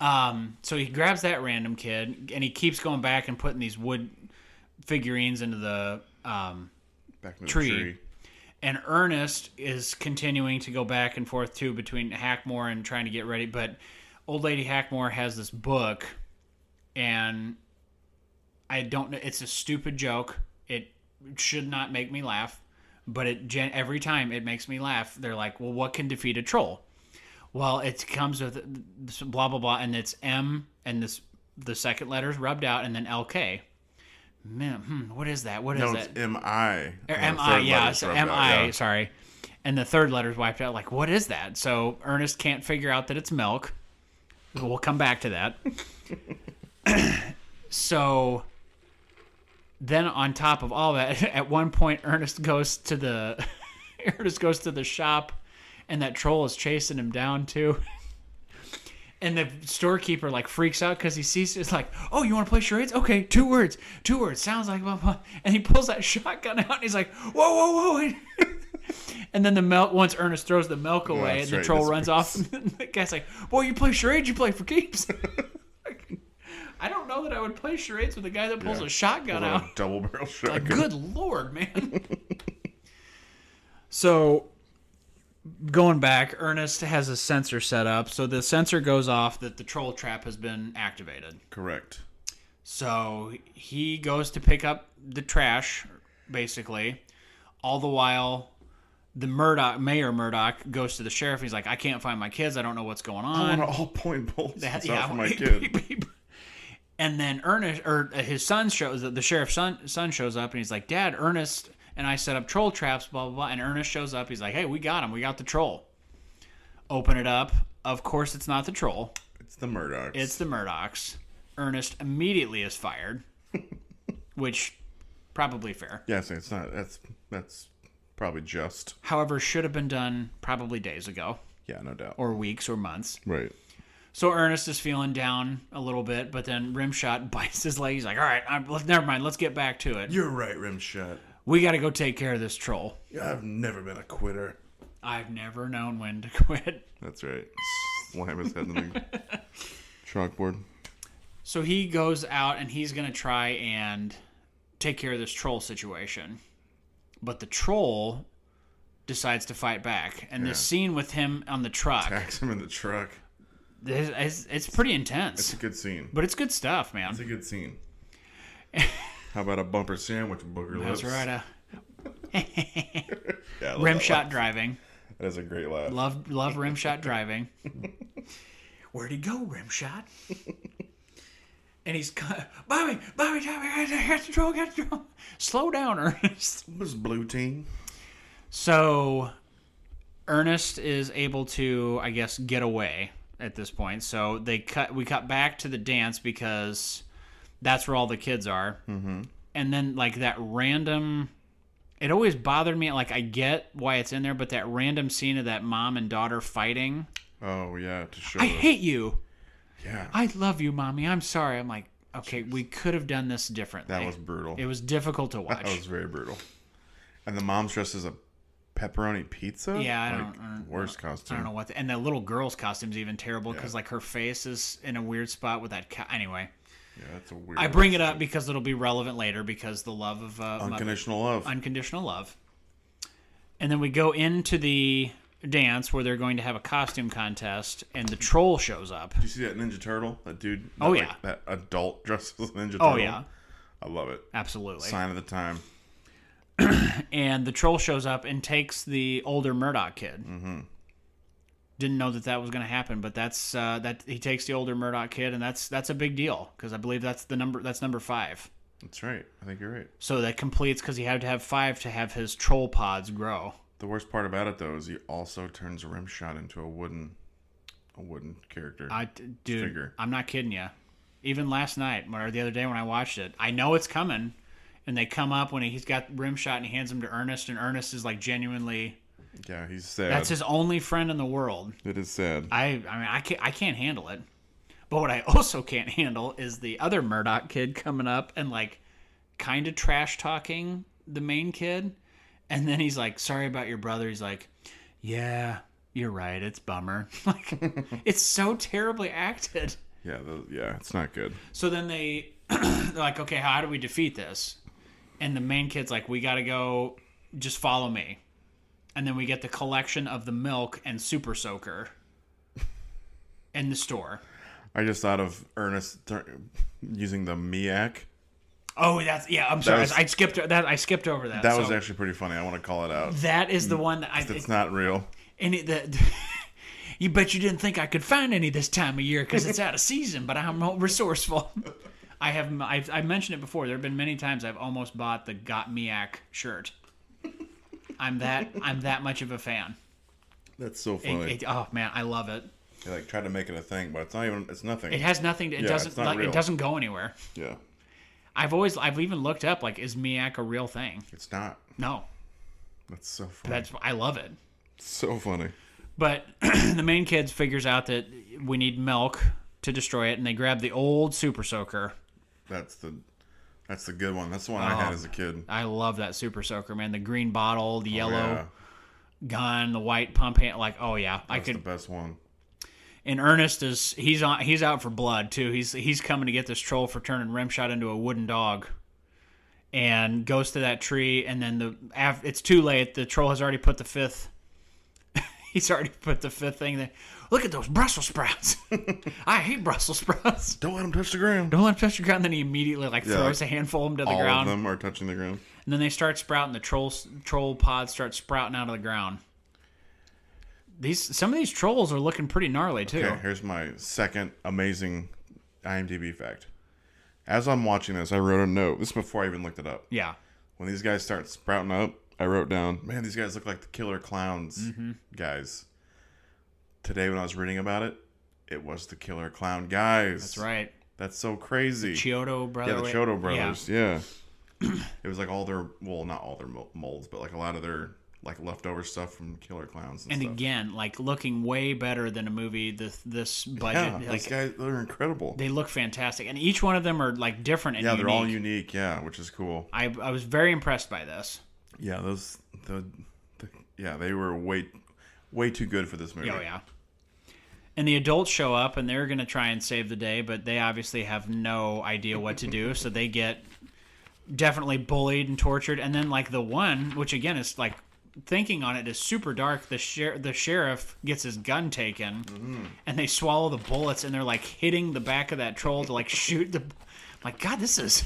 Speaker 3: Um, so he grabs that random kid and he keeps going back and putting these wood figurines into the um
Speaker 2: Back in the
Speaker 3: Tree.
Speaker 2: tree.
Speaker 3: and Ernest is continuing to go back and forth too between Hackmore and trying to get ready. But old lady Hackmore has this book, and I don't know. It's a stupid joke. It should not make me laugh, but it gen- every time it makes me laugh. They're like, "Well, what can defeat a troll?" Well, it comes with this blah blah blah, and it's M, and this the second letter's rubbed out, and then LK. Man, hmm, what is that? What is
Speaker 2: No,
Speaker 3: that?
Speaker 2: it's M I.
Speaker 3: Or MI, yeah, so MI, sorry. And the third letter's wiped out. Like, what is that? So Ernest can't figure out that it's milk. We'll come back to that. so then on top of all that, at one point Ernest goes to the Ernest goes to the shop and that troll is chasing him down too. And the storekeeper like freaks out because he sees it's like, oh, you want to play charades? Okay, two words, two words. Sounds like blah blah. And he pulls that shotgun out and he's like, whoa, whoa, whoa. and then the milk. Once Ernest throws the milk away,
Speaker 2: that's
Speaker 3: and the
Speaker 2: right,
Speaker 3: troll
Speaker 2: this
Speaker 3: runs off. And the guy's like, boy, you play charades? You play for keeps? I don't know that I would play charades with a guy that pulls
Speaker 2: Yeah.
Speaker 3: a shotgun out.
Speaker 2: Double barrel shotgun.
Speaker 3: Like, good lord, man. so, going back, Ernest has a sensor set up. So the sensor goes off that the troll trap has been activated.
Speaker 2: Correct.
Speaker 3: So he goes to pick up the trash, basically. All the while, the Murdoch Mayor Murdoch goes to the sheriff. He's like, "I can't find my kids. I don't know what's going on."
Speaker 2: I want all point bowls.
Speaker 3: That-
Speaker 2: It's not for my
Speaker 3: beep,
Speaker 2: kid.
Speaker 3: beep, beep. And then Ernest or uh, his son shows the sheriff's son son shows up and he's like, "Dad, Ernest and I set up troll traps, blah blah blah." And Ernest shows up. He's like, "Hey, we got him. We got the troll." Open it up. Of course, it's not the troll.
Speaker 2: It's the Murdochs.
Speaker 3: It's the Murdochs. Ernest immediately is fired, which probably fair.
Speaker 2: Yes, it's not. That's that's probably just.
Speaker 3: However, should have been done probably days ago
Speaker 2: Yeah, no doubt.
Speaker 3: or weeks or months.
Speaker 2: right.
Speaker 3: So Ernest is feeling down a little bit, but then Rimshot bites his leg. He's like, "All right, I'm, let- never mind. Let's get back to it.
Speaker 2: You're right, Rimshot.
Speaker 3: We got to go take care of this troll."
Speaker 2: I've never been a quitter.
Speaker 3: I've never known when to quit.
Speaker 2: That's right. Slam his head in the chalkboard.
Speaker 3: So he goes out and he's gonna try and take care of this troll situation, but the troll decides to fight back. And this scene with him on the truck,
Speaker 2: Packs him in the truck.
Speaker 3: this- it's, it's pretty intense,
Speaker 2: It's a good scene.
Speaker 3: but it's good
Speaker 2: It's a
Speaker 3: stuff, man.
Speaker 2: good scene. How about a bumper sandwich, Booger
Speaker 3: That's
Speaker 2: Lips?
Speaker 3: right. Uh,
Speaker 2: Yeah, I love that
Speaker 3: Rimshot
Speaker 2: laugh.
Speaker 3: driving.
Speaker 2: That is a great laugh.
Speaker 3: Love love rim shot driving. Where'd he go, rim shot? And he's co- Bobby, Bobby, Bobby, got control, got control. Slow down, Ernest.
Speaker 2: It was blue team.
Speaker 3: So Ernest is able to, I guess, get away at this point. So they cut. We cut back to the dance because that's where all the kids are. Mm-hmm. And then like that random. It always bothered me. Like I get why it's in there, but that random scene of that mom and daughter fighting.
Speaker 2: Oh yeah, to show.
Speaker 3: I
Speaker 2: us.
Speaker 3: hate you.
Speaker 2: yeah,
Speaker 3: I love you, mommy. I'm sorry. I'm like, okay, we could have done this differently.
Speaker 2: that was brutal.
Speaker 3: It was difficult to
Speaker 2: that was
Speaker 3: watch.
Speaker 2: very brutal. And the mom's dressed as a pepperoni pizza.
Speaker 3: Yeah, I
Speaker 2: like,
Speaker 3: don't- I don't-
Speaker 2: worst costume.
Speaker 3: I don't know what, the, and the little girl's costume's even terrible because like her face is in a weird spot with that. Ca- anyway,
Speaker 2: Yeah, that's a weird.
Speaker 3: I bring it up because it'll be relevant later because the love of uh, mother-
Speaker 2: unconditional love.
Speaker 3: unconditional love. And then we go into the dance where they're going to have a costume contest, and the troll shows up.
Speaker 2: you see that Ninja Turtle? That dude.
Speaker 3: Oh,
Speaker 2: that,
Speaker 3: yeah.
Speaker 2: like, that adult dressed as a Ninja Turtle.
Speaker 3: Oh, yeah.
Speaker 2: I love it.
Speaker 3: Absolutely.
Speaker 2: Sign of the time.
Speaker 3: and the troll shows up and takes the older Murdoch kid. Mm-hmm. Didn't know that that was going to happen, but that's uh, that he takes the older Murdoch kid, and that's that's a big deal because I believe that's the number that's number five.
Speaker 2: That's right. I think you're right.
Speaker 3: So that completes because he had to have five to have his troll pods grow.
Speaker 2: The worst part about it though is he also turns Rimshot into a wooden, a wooden character.
Speaker 3: I d- dude,
Speaker 2: Figure.
Speaker 3: I'm not kidding you. Even last night or the other day when I watched it, I know it's coming, and they come up when he's got rim shot and he hands him to Ernest, and Ernest is like genuinely
Speaker 2: yeah, he's sad.
Speaker 3: that's his only friend in the world.
Speaker 2: it is sad.
Speaker 3: I I mean I can't I can't handle it. But what I also can't handle is the other Murdoch kid coming up and like kind of trash talking the main kid, and then he's like, "Sorry about your brother." He's like, "Yeah, you're right. It's bummer." Like it's so terribly acted.
Speaker 2: yeah, the, yeah, it's not good.
Speaker 3: So then they they're like, okay, how do we defeat this? And the main kid's like, we gotta go. Just follow me. And then we get the collection of the milk and super soaker in the store.
Speaker 2: I just thought of Ernest tur using the Miak.
Speaker 3: Oh, that's yeah. I'm sorry,
Speaker 2: was-
Speaker 3: I skipped that. I skipped over that.
Speaker 2: That was
Speaker 3: So
Speaker 2: actually Mm, pretty funny. I want to call it out.
Speaker 3: that is the one that I.
Speaker 2: It's not real.
Speaker 3: and it, the, you bet you didn't think I could find any this time of year because it's out of season. But I'm resourceful. I have I've, I've mentioned it before. There have been many times I've almost bought the Got Miak shirt. I'm that I'm that much of a fan.
Speaker 2: That's so
Speaker 3: It-
Speaker 2: funny.
Speaker 3: it- oh man, I love it.
Speaker 2: They, like try to make it a thing, but it's not even. It's nothing.
Speaker 3: It has nothing. It
Speaker 2: it's
Speaker 3: doesn't
Speaker 2: not
Speaker 3: like
Speaker 2: real.
Speaker 3: it doesn't go anywhere.
Speaker 2: yeah,
Speaker 3: I've always I've even looked up like is Miak a real thing?
Speaker 2: it's not.
Speaker 3: No,
Speaker 2: That's so funny.
Speaker 3: that's I love it.
Speaker 2: so funny.
Speaker 3: But the main kids figures out that we need milk to destroy it, and they grab the old super soaker.
Speaker 2: That's the. That's the good one. That's the one I had as a kid.
Speaker 3: Oh. I love that super soaker, man. The green bottle, the yellow
Speaker 2: Oh, Yeah,
Speaker 3: gun, the white pump hand. Like, oh yeah, I
Speaker 2: that's the
Speaker 3: could.
Speaker 2: best one.
Speaker 3: And Ernest is he's on he's out for blood too. He's he's coming to get this troll for turning Rimshot into a wooden dog, and goes to that tree. And then the af, it's too late. The troll has already put the fifth. he's already put the fifth thing there. Look at those Brussels sprouts. I hate Brussels sprouts.
Speaker 2: Don't let him touch the ground.
Speaker 3: Don't let him touch the ground. Then he immediately like
Speaker 2: Yeah,
Speaker 3: throws a handful of them to the
Speaker 2: All
Speaker 3: ground.
Speaker 2: of them are touching the ground.
Speaker 3: And then they start sprouting. The trolls, troll pods start sprouting out of the ground. These some of these trolls are looking pretty gnarly too.
Speaker 2: Okay, here's my second amazing IMDb fact. As I'm watching this, I wrote a note. This is before I even looked it up.
Speaker 3: Yeah,
Speaker 2: When these guys start sprouting up, I wrote down, man, these guys look like the killer clowns
Speaker 3: Mm-hmm.
Speaker 2: guys. Today, when I was reading about it, it was the killer clown guys.
Speaker 3: that's right.
Speaker 2: That's so crazy.
Speaker 3: Chiodo
Speaker 2: yeah,
Speaker 3: brother.
Speaker 2: the Chodo brothers. Yeah. it was like all their, well, not all their mol- molds, but like a lot of their like leftover stuff from killer clowns and,
Speaker 3: And
Speaker 2: stuff.
Speaker 3: again, like looking way better than a movie this this
Speaker 2: yeah,
Speaker 3: budget.
Speaker 2: these
Speaker 3: like
Speaker 2: guys, they're incredible.
Speaker 3: they look fantastic, and each one of them are like different and
Speaker 2: Yeah, they're all
Speaker 3: unique.
Speaker 2: unique. Yeah, which is cool.
Speaker 3: I I was very impressed by this.
Speaker 2: Yeah, those the, the yeah they were way way too good for this movie.
Speaker 3: Oh yeah. And the adults show up and they're going to try and save the day, but they obviously have no idea what to do, so they get definitely bullied and tortured. And then like the one, which again is like thinking on it is super dark. The sher- the sheriff gets his gun taken, and they swallow the bullets, and they're like hitting the back of that troll to like shoot the. Like God, this is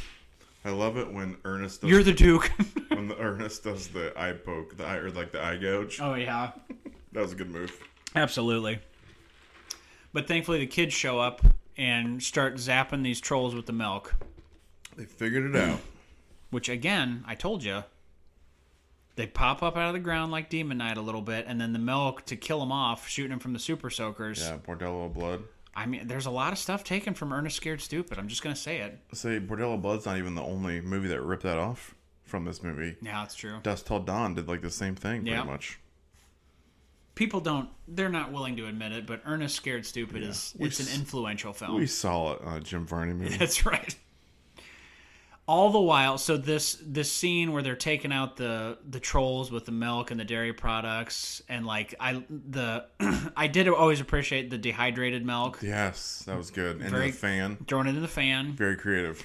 Speaker 2: I love it when Ernest does
Speaker 3: you're the Duke.
Speaker 2: when the Ernest does the eye poke the eye or like the eye gouge.
Speaker 3: oh yeah.
Speaker 2: That was a good move.
Speaker 3: Absolutely. But thankfully, the kids show up and start zapping these trolls with the milk,
Speaker 2: They figured it out.
Speaker 3: which, again, I told you, they pop up out of the ground like Demon Knight a little bit, and then the milk to kill them off, shooting them from the Super Soakers.
Speaker 2: yeah, Bordello of Blood.
Speaker 3: I mean, there's a lot of stuff taken from Ernest Scared Stupid. I'm just going to say it.
Speaker 2: Say Bordello of Blood's not even the only movie that ripped that off from this movie.
Speaker 3: Yeah, it's true.
Speaker 2: Dust Till Dawn did like the same thing pretty
Speaker 3: Yeah.
Speaker 2: much.
Speaker 3: People don't, they're not willing to admit it, but Ernest Scared Stupid is, it's an influential film.
Speaker 2: We saw it on a Jim Varney movie.
Speaker 3: That's right. All the while, so this this scene where they're taking out the the trolls with the milk and the dairy products, and like I the I did always appreciate the dehydrated milk
Speaker 2: yes, that was good. And
Speaker 3: Very-
Speaker 2: the fan,
Speaker 3: thrown into the fan.
Speaker 2: very creative.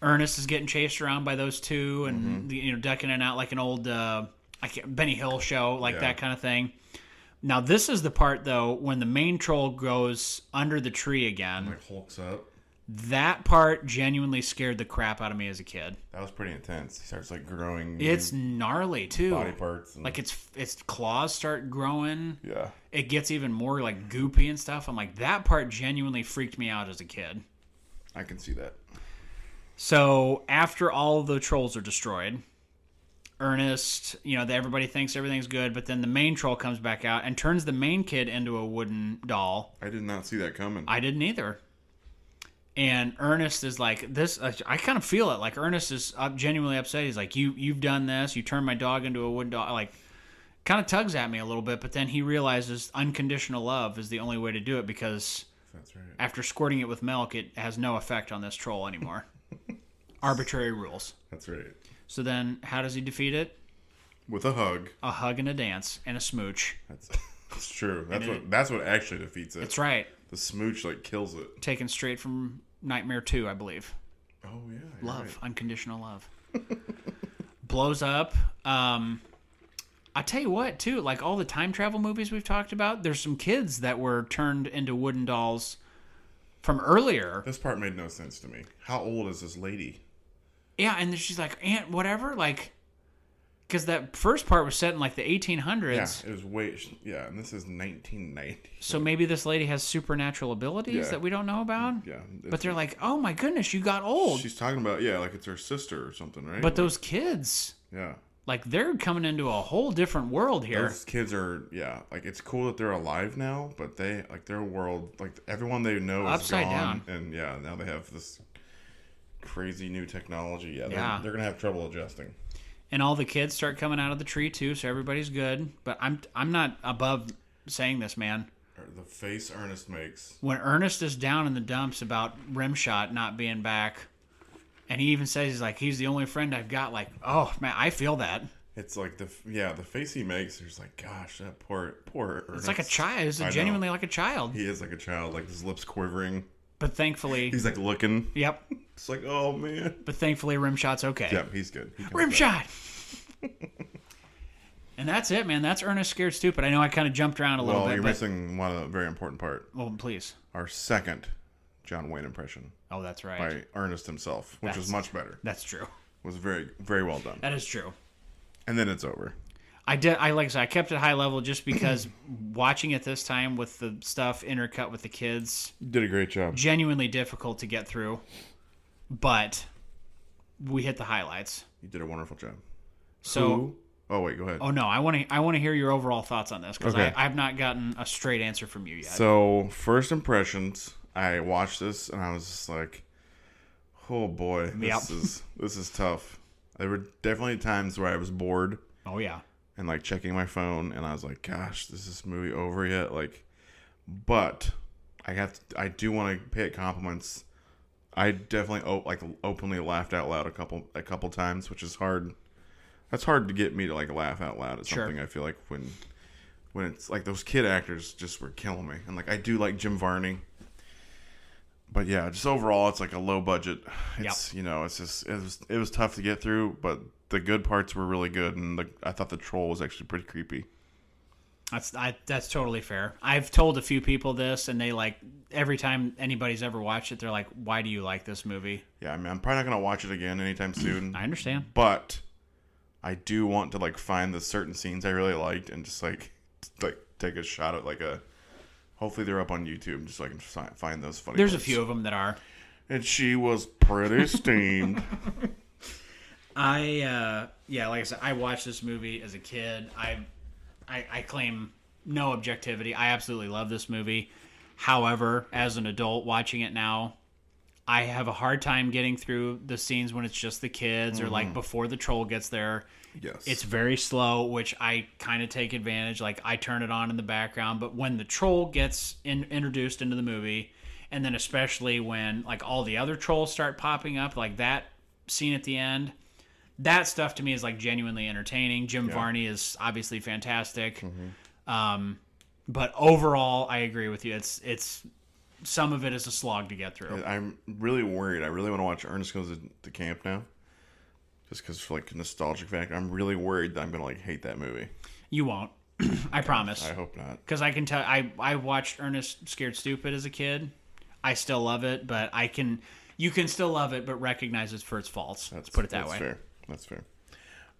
Speaker 3: Ernest is getting chased around by those two, and the, you know ducking in out like an old uh, I can't, Benny Hill show, like
Speaker 2: Yeah.
Speaker 3: that kind of thing. Now this is the part though when the main troll goes under the tree again.
Speaker 2: Like hulks up.
Speaker 3: That part genuinely scared the crap out of me as a kid.
Speaker 2: That was pretty intense. He starts like growing
Speaker 3: It's gnarly too.
Speaker 2: body parts. And,
Speaker 3: Like its its claws start growing.
Speaker 2: yeah,
Speaker 3: It gets even more like goopy and stuff. I'm like that part genuinely freaked me out as a kid.
Speaker 2: I can see that.
Speaker 3: So after all the trolls are destroyed, Ernest, you know, everybody thinks everything's good, but then the main troll comes back out and turns the main kid into a wooden doll.
Speaker 2: I did not see that coming.
Speaker 3: I didn't either. And Ernest is like this. I I kind of feel it. Like Ernest is up, genuinely upset. He's like, "You, you've done this. You turned my dog into a wood dog." Like, kind of tugs at me a little bit. But then he realizes unconditional love is the only way to do it because
Speaker 2: That's right.
Speaker 3: after squirting it with milk, it has no effect on this troll anymore. Arbitrary rules.
Speaker 2: That's right.
Speaker 3: So then, how does he defeat it?
Speaker 2: With a hug.
Speaker 3: A hug and a dance and a smooch.
Speaker 2: That's, that's true. That's what that's what actually defeats it.
Speaker 3: That's right.
Speaker 2: The smooch like kills it.
Speaker 3: Taken straight from Nightmare Two, I believe.
Speaker 2: Oh yeah. you're
Speaker 3: love,
Speaker 2: right.
Speaker 3: unconditional love. Blows up. Um, I tell you what, too, like all the time travel movies we've talked about, there's some kids that were turned into wooden dolls from earlier.
Speaker 2: This part made no sense to me. How old is this lady?
Speaker 3: Yeah, and then she's like, Aunt, whatever, like, because that first part was set in like the 1800s.
Speaker 2: Yeah, it was way. Yeah, and this is 1990.
Speaker 3: So maybe this lady has supernatural abilities
Speaker 2: Yeah.
Speaker 3: that we don't know about.
Speaker 2: Yeah,
Speaker 3: But
Speaker 2: it's-
Speaker 3: they're like, oh my goodness, you got old.
Speaker 2: She's talking about yeah, like it's her sister or something, right?
Speaker 3: But those kids,
Speaker 2: yeah,
Speaker 3: like, they're coming into a whole different world here.
Speaker 2: those kids are yeah. Like it's cool that they're alive now, but they like their world, like everyone they know is
Speaker 3: Upside
Speaker 2: gone, and yeah, now they have this crazy new technology. Yeah, they're,
Speaker 3: Yeah.
Speaker 2: they're gonna have trouble adjusting.
Speaker 3: and all the kids start coming out of the tree too, so everybody's good. But I'm I'm not above saying this, man.
Speaker 2: Or The face Ernest makes.
Speaker 3: When Ernest is down in the dumps about Rimshot not being back, and he even says he's like he's the only friend I've got. Like, oh man, I feel that.
Speaker 2: It's like the f- yeah, the face he makes. There's like, gosh, that poor poor.
Speaker 3: It's like a child. It's
Speaker 2: I know.
Speaker 3: genuinely like a child.
Speaker 2: He is like a child, like his lips quivering.
Speaker 3: But thankfully,
Speaker 2: He's like looking.
Speaker 3: yep.
Speaker 2: It's like, oh man.
Speaker 3: But thankfully, Rimshot's okay.
Speaker 2: Yeah, he's good. He comes back.
Speaker 3: Rimshot. and that's it, man. That's Ernest scared stupid. I know I kind of jumped around a little
Speaker 2: Well,
Speaker 3: bit,
Speaker 2: you're
Speaker 3: but
Speaker 2: missing one of the very important part.
Speaker 3: well, please.
Speaker 2: Our second John Wayne impression
Speaker 3: Oh, that's right.
Speaker 2: by Ernest himself, which was
Speaker 3: That's-
Speaker 2: much better.
Speaker 3: That's true.
Speaker 2: Was very very well done.
Speaker 3: That is true.
Speaker 2: And then it's over.
Speaker 3: I did. I like I said, I kept it high level just because watching it this time with the stuff intercut with the kids
Speaker 2: You did a great job.
Speaker 3: genuinely difficult to get through, but we hit the highlights.
Speaker 2: You did a wonderful job.
Speaker 3: So.
Speaker 2: Oh wait, go ahead.
Speaker 3: Oh no! I want to. I want to hear your overall thoughts on this because
Speaker 2: Okay.
Speaker 3: I I've not gotten a straight answer from you yet.
Speaker 2: So first impressions, I watched this and I was just like, "Oh boy, this
Speaker 3: Yep.
Speaker 2: is this is tough." There were definitely times where I was bored
Speaker 3: oh yeah,
Speaker 2: and like checking my phone, and I was like, "Gosh, is this movie over yet?" Like, but I have to, I do want to pay it compliments. I definitely op- like openly laughed out loud a couple a couple times, which is hard. That's hard to get me to like laugh out loud at
Speaker 3: Sure.
Speaker 2: something. I feel like when when it's like those kid actors just were killing me, and like I do like Jim Varney. But yeah, just overall, it's like a low budget. It's you know, it's just it was it was tough to get through, but the good parts were really good, and the, I thought the troll was actually pretty creepy.
Speaker 3: that's I, that's totally fair. I've told a few people this, and they like every time anybody's ever watched it, they're like, "Why do you like this movie?"
Speaker 2: Yeah, I mean, I'm probably not gonna watch it again anytime soon,
Speaker 3: I understand.
Speaker 2: but I do want to like find the certain scenes I really liked and just like t- like take a shot at like a. Hopefully they're up on YouTube, just so I can fi- find those funny.
Speaker 3: There's a
Speaker 2: parts.
Speaker 3: few of them that are.
Speaker 2: and she was pretty steamed.
Speaker 3: I uh, yeah, like I said, I watched this movie as a kid. I, I I claim no objectivity. I absolutely love this movie. However, as an adult watching it now, I have a hard time getting through the scenes when it's just the kids or like before the troll gets there.
Speaker 2: yes,
Speaker 3: It's very slow, which I kind of take advantage. Like I turn it on in the background, but when the troll gets in, introduced into the movie, and then especially when like all the other trolls start popping up, like that scene at the end, that stuff to me is like genuinely entertaining. Jim Varney is obviously fantastic,
Speaker 2: Mm-hmm.
Speaker 3: um, but overall, I agree with you. It's it's some of it is a slog to get through.
Speaker 2: I'm really worried. I really want to watch Ernest Goes to, to Camp now, just because for like nostalgic factor. I'm really worried that I'm gonna like hate that movie.
Speaker 3: You won't, I promise.
Speaker 2: I hope not.
Speaker 3: because I can tell I I watched Ernest Scared Stupid as a kid. I still love it, but I can you can still love it, but recognize it for its faults. Let's put it that
Speaker 2: that's
Speaker 3: way.
Speaker 2: Fair. That's fair.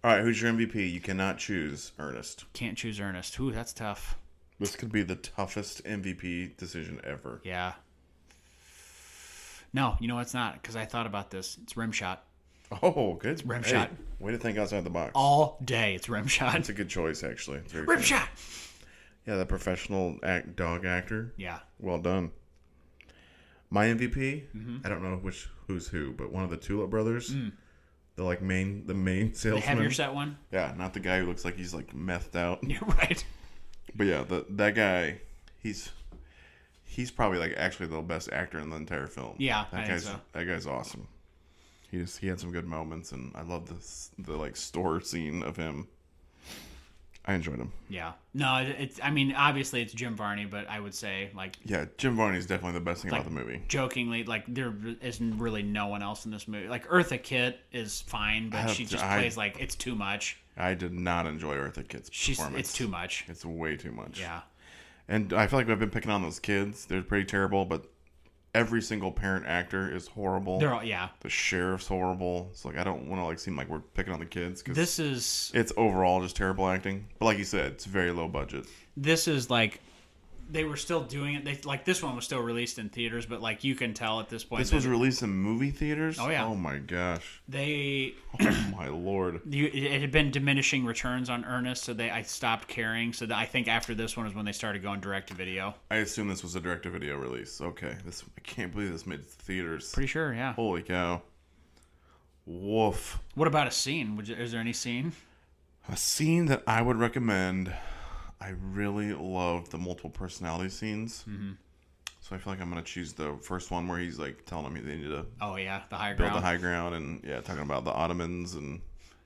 Speaker 2: All right, who's your MVP? You cannot choose Ernest.
Speaker 3: Can't choose Ernest. Ooh, that's tough.
Speaker 2: This could be the toughest MVP decision ever.
Speaker 3: Yeah. No, you know it's not because I thought about this. It's rim shot
Speaker 2: Oh, good. It's
Speaker 3: rim shot.
Speaker 2: Way to think outside the box.
Speaker 3: all day. It's rim shot.
Speaker 2: It's a good choice, actually. It's very
Speaker 3: Rim
Speaker 2: good.
Speaker 3: shot.
Speaker 2: Yeah, the professional act, dog actor.
Speaker 3: Yeah.
Speaker 2: Well done. My MVP.
Speaker 3: Mm-hmm.
Speaker 2: I don't know which who's who, but one of the Tulip Brothers.
Speaker 3: Mm.
Speaker 2: The like main the main
Speaker 3: The
Speaker 2: salesman.
Speaker 3: heavier set one.
Speaker 2: Yeah, not the guy who looks like he's like methed out.
Speaker 3: You're right.
Speaker 2: But yeah, the, that guy, he's he's probably like actually the best actor in the entire film.
Speaker 3: Yeah, I
Speaker 2: that
Speaker 3: think
Speaker 2: guy's
Speaker 3: so.
Speaker 2: that guy's awesome. He just he had some good moments, and I love this the like store scene of him. I enjoyed him.
Speaker 3: Yeah. No, it, it's. I mean, obviously it's Jim Varney, but I would say like
Speaker 2: Yeah, Jim Varney is definitely the best thing
Speaker 3: Like-
Speaker 2: about the movie.
Speaker 3: jokingly, like there isn't really no one else in this movie. Like Eartha Kitt is fine, but
Speaker 2: have
Speaker 3: she
Speaker 2: to-
Speaker 3: just
Speaker 2: I-
Speaker 3: plays like it's too much.
Speaker 2: I did not enjoy Eartha Kitt's
Speaker 3: She's
Speaker 2: performance.
Speaker 3: it's too much.
Speaker 2: It's way too much.
Speaker 3: Yeah.
Speaker 2: and I feel like I've been picking on those kids. They're pretty terrible, but every single parent actor is horrible.
Speaker 3: They're all yeah.
Speaker 2: the sheriff's horrible. It's like I don't want to like seem like we're picking on the kids because
Speaker 3: This is
Speaker 2: it's overall just terrible acting. But like you said, it's very low budget.
Speaker 3: this is like they were still doing it. They like this one was still released in theaters, but like you can tell at this point
Speaker 2: This was
Speaker 3: that
Speaker 2: released in movie theaters.
Speaker 3: Oh, yeah.
Speaker 2: Oh my gosh.
Speaker 3: they
Speaker 2: Oh my lord.
Speaker 3: you, it it had been diminishing returns on Ernest, so they I stopped caring. So that I think after this one is when they started going direct to video.
Speaker 2: I assume this was a direct to video release. Okay. This I can't believe this made it to theaters.
Speaker 3: Pretty sure, yeah.
Speaker 2: Holy cow. Woof.
Speaker 3: What about a scene? Would you, is there any scene?
Speaker 2: A scene that I would recommend. I really loved the multiple personality scenes. Mm-hmm. So I feel like I'm gonna choose the first one where he's like telling him they need to
Speaker 3: Oh yeah, the higher
Speaker 2: build
Speaker 3: ground.
Speaker 2: the high ground and yeah talking about the ottomans and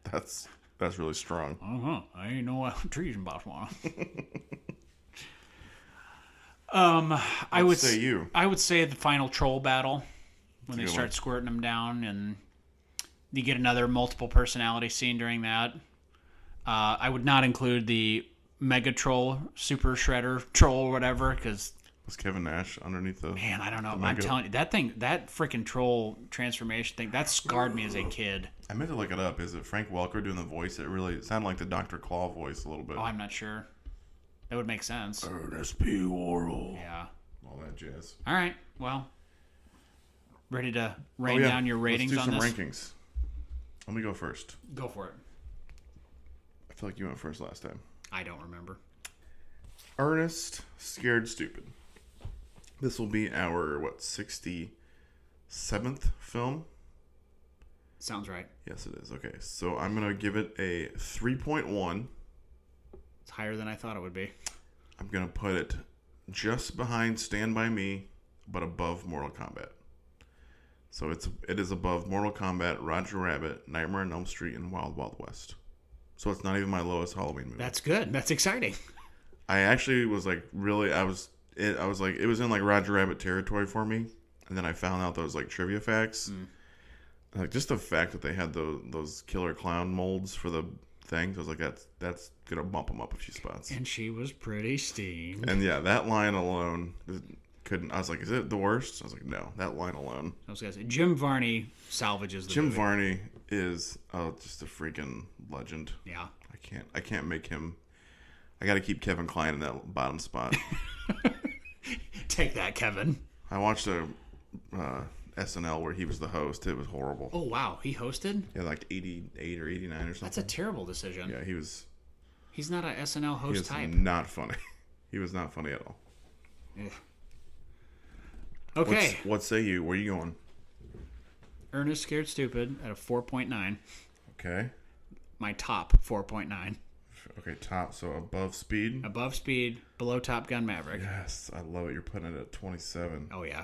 Speaker 2: that's that's really strong
Speaker 3: Uh huh. I ain't no uh, trees in Botswana. um, I would
Speaker 2: say
Speaker 3: s-
Speaker 2: you.
Speaker 3: I would say the final troll battle when they
Speaker 2: good
Speaker 3: start
Speaker 2: one.
Speaker 3: squirting them down, and you get another multiple personality scene during that. Uh, I would not include the mega troll, super shredder troll, or whatever, because
Speaker 2: was kevin nash underneath the
Speaker 3: man, I don't know. I'm
Speaker 2: mega-
Speaker 3: telling you, that thing, that freaking troll transformation thing, that scarred me as a kid.
Speaker 2: i meant to look it up is it frank welker doing the voice it really it sounded like the dr claw voice a little bit
Speaker 3: Oh, I'm not sure. That would make sense.
Speaker 2: ernest p worrell
Speaker 3: Yeah.
Speaker 2: all that jazz
Speaker 3: All right. Well, ready to rain
Speaker 2: Oh, yeah.
Speaker 3: down your ratings
Speaker 2: Let's
Speaker 3: on
Speaker 2: do
Speaker 3: this?
Speaker 2: some rankings let me go first
Speaker 3: Go for it.
Speaker 2: i feel like you went first last time
Speaker 3: I don't remember.
Speaker 2: ernest scared stupid this will be our what 67th film
Speaker 3: Sounds right.
Speaker 2: yes it is okay so i'm gonna give it a 3.1
Speaker 3: It's higher than I thought it would be.
Speaker 2: I'm gonna put it just behind Stand By Me, but above Mortal Kombat. So it's it is above Mortal Kombat, Roger Rabbit, Nightmare on Elm Street, and Wild Wild West. So it's not even my lowest Halloween movie.
Speaker 3: That's good. That's exciting.
Speaker 2: I actually was like really I was it I was like it was in like Roger Rabbit territory for me, and then I found out those like trivia facts. Like just the fact that they had those those killer clown molds for the things, I was like that's that's gonna bump them up a few spots.
Speaker 3: And she was pretty steamed.
Speaker 2: And yeah, that line alone is- couldn't. I was like, is it the worst? I was like, no, that line alone.
Speaker 3: I was gonna say Jim Varney salvages the
Speaker 2: Jim
Speaker 3: movie.
Speaker 2: Varney is uh, just a freaking legend.
Speaker 3: yeah.
Speaker 2: I can't. I can't make him. I got to keep Kevin Klein in that bottom spot.
Speaker 3: Take that, Kevin.
Speaker 2: I watched a uh, SNL where he was the host. It was horrible.
Speaker 3: Oh wow, he hosted.
Speaker 2: Yeah, like eighty eight or eighty nine or
Speaker 3: That's
Speaker 2: something.
Speaker 3: a terrible decision.
Speaker 2: yeah, he was.
Speaker 3: He's not a
Speaker 2: He
Speaker 3: SNL host
Speaker 2: was
Speaker 3: type.
Speaker 2: not funny. He was not funny at all.
Speaker 3: Ugh.
Speaker 2: What's-
Speaker 3: Okay,
Speaker 2: What say you? Where you going?
Speaker 3: Ernest Scared Stupid at a 4.9.
Speaker 2: Okay.
Speaker 3: My top 4.9.
Speaker 2: Okay. Top. So above speed.
Speaker 3: Above Speed, below Top Gun Maverick.
Speaker 2: Yes, I love it. You're putting it at twenty seven.
Speaker 3: Oh yeah.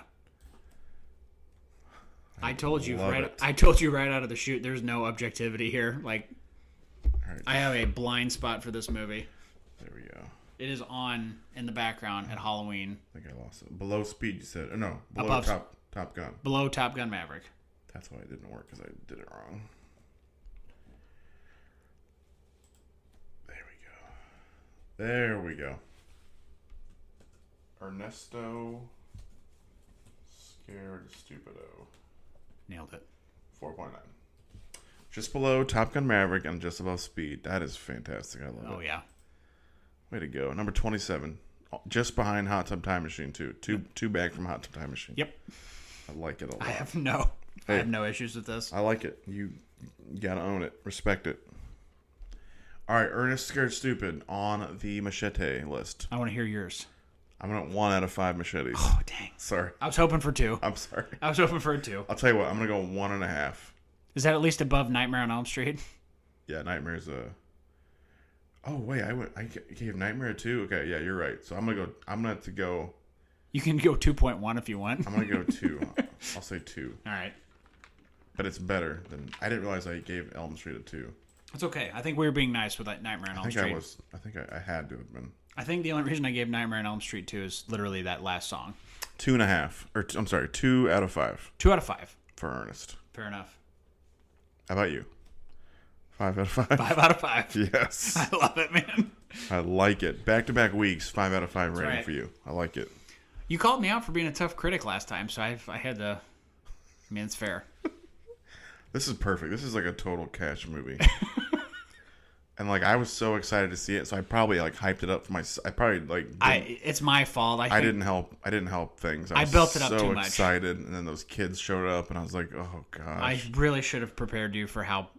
Speaker 3: I told you
Speaker 2: love
Speaker 3: right.
Speaker 2: it.
Speaker 3: I told you right out of the shoot. There's no objectivity here. Like,
Speaker 2: All right.
Speaker 3: I have a blind spot for this movie.
Speaker 2: There we go.
Speaker 3: It is on in the background at Halloween,
Speaker 2: I think I lost it. Below speed, you said. Oh, no, below
Speaker 3: Above-
Speaker 2: top Top Gun.
Speaker 3: below Top Gun Maverick.
Speaker 2: That's why it didn't work because I did it wrong. There we go. There we go. Ernesto Scared Stupido.
Speaker 3: Nailed it.
Speaker 2: 4.9. Just below Top Gun Maverick and just above Speed. That is fantastic. I love it.
Speaker 3: Oh yeah.
Speaker 2: Way to go. Number 27. Just behind Hot Tub Time Machine, too. Two, two back from Hot Tub Time Machine.
Speaker 3: Yep.
Speaker 2: I like it a lot.
Speaker 3: I have no, I
Speaker 2: Hey. Uh,
Speaker 3: have no issues with this.
Speaker 2: I like it. You, you gotta own it. Respect it. All right, Ernest Scared Stupid on the machete list.
Speaker 3: I want to hear yours.
Speaker 2: I'm gonna one out of five machetes.
Speaker 3: Oh dang!
Speaker 2: sorry,
Speaker 3: I was hoping for two.
Speaker 2: I'm sorry.
Speaker 3: I was hoping for a two.
Speaker 2: I'll tell you what. I'm gonna go one and a half.
Speaker 3: Is that at least above Nightmare on Elm Street?
Speaker 2: Yeah, Nightmare's a. Oh wait, I went. I g- gave Nightmare a two. Okay, yeah, you're right. So I'm gonna go. I'm gonna have to go.
Speaker 3: You can go two point one if you want.
Speaker 2: I'm gonna go two. I'll say two,
Speaker 3: All right,
Speaker 2: but it's better than. I didn't realize I gave Elm Street a two.
Speaker 3: that's okay. I think we were being nice with like Nightmare on
Speaker 2: I
Speaker 3: Elm
Speaker 2: think
Speaker 3: Street.
Speaker 2: I was. I think I, I had to have been
Speaker 3: I think the only reason I gave Nightmare on Elm Street two is literally that last song.
Speaker 2: two and a half, or t- I'm sorry, two out of five
Speaker 3: Two out of five.
Speaker 2: for Ernest.
Speaker 3: Fair enough.
Speaker 2: How about you? Five out of five.
Speaker 3: Five out of five.
Speaker 2: Yes,
Speaker 3: I love it, man.
Speaker 2: I like it. Back to back weeks, five out of five rating
Speaker 3: right.
Speaker 2: for you. I like it.
Speaker 3: You called me out for being a tough critic last time, so I've, I had to. I mean, it's fair.
Speaker 2: This is perfect. This is like a total cash movie. and like I was so excited to see it, so I probably like hyped it up for my. I probably like didn't, I,
Speaker 3: I it's my fault. I, think,
Speaker 2: didn't help. I didn't help things. I, was
Speaker 3: built it up
Speaker 2: so
Speaker 3: too much.
Speaker 2: Excited, and then those kids showed up, and I was like, oh
Speaker 3: I
Speaker 2: gosh.
Speaker 3: really should have prepared you for how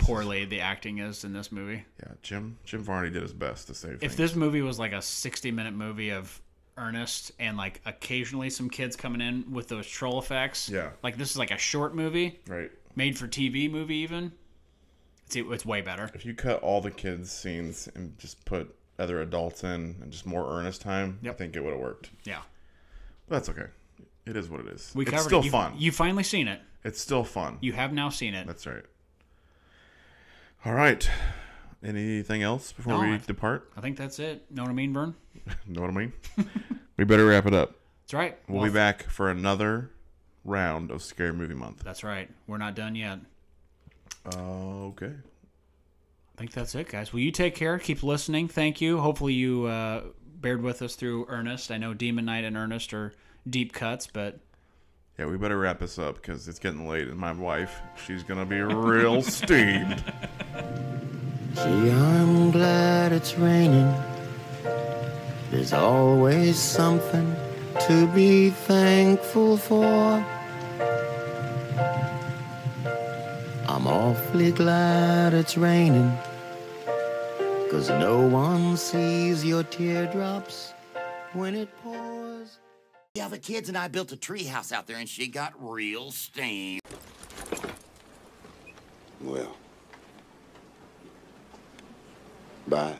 Speaker 3: poorly the acting is in this movie.
Speaker 2: yeah, Jim. Jim Varney did his best to save.
Speaker 3: If
Speaker 2: things.
Speaker 3: this movie was like a 60 minute movie of Ernest and like occasionally some kids coming in with those troll effects,
Speaker 2: Yeah.
Speaker 3: like this is like a short movie
Speaker 2: right.
Speaker 3: made for TV movie, even. It's, it's way better.
Speaker 2: If you cut all the kids' scenes and just put other adults in and just more earnest time, I
Speaker 3: Yep.
Speaker 2: think it would have worked.
Speaker 3: Yeah,
Speaker 2: But that's okay. It is what it is.
Speaker 3: we
Speaker 2: it's
Speaker 3: covered
Speaker 2: still
Speaker 3: it. You-
Speaker 2: fun.
Speaker 3: You finally seen it.
Speaker 2: it's still fun.
Speaker 3: You have now seen it.
Speaker 2: That's right. All right. Anything else before
Speaker 3: No,
Speaker 2: we
Speaker 3: I-
Speaker 2: depart?
Speaker 3: I think that's it. Know what I mean, Vern?
Speaker 2: Know what I mean? we better wrap it up.
Speaker 3: That's right.
Speaker 2: We'll,
Speaker 3: Well,
Speaker 2: be back for another round of Scary Movie Month.
Speaker 3: That's right. We're not done yet.
Speaker 2: Okay.
Speaker 3: I think that's it, guys. Well, you take care. Keep listening. Thank you. Hopefully, you uh, bared with us through Ernest. I know Demon Knight and Ernest are deep cuts, but
Speaker 2: Yeah, we better wrap this up because it's getting late, and my wife, she's gonna be real steamed.
Speaker 5: Gee, I'm glad it's raining. There's always something to be thankful for. I'm awfully glad it's raining. Cause no one sees your teardrops when it pours.
Speaker 4: The other kids and I built a tree house out there, and she got real steam.
Speaker 6: Well. Bye.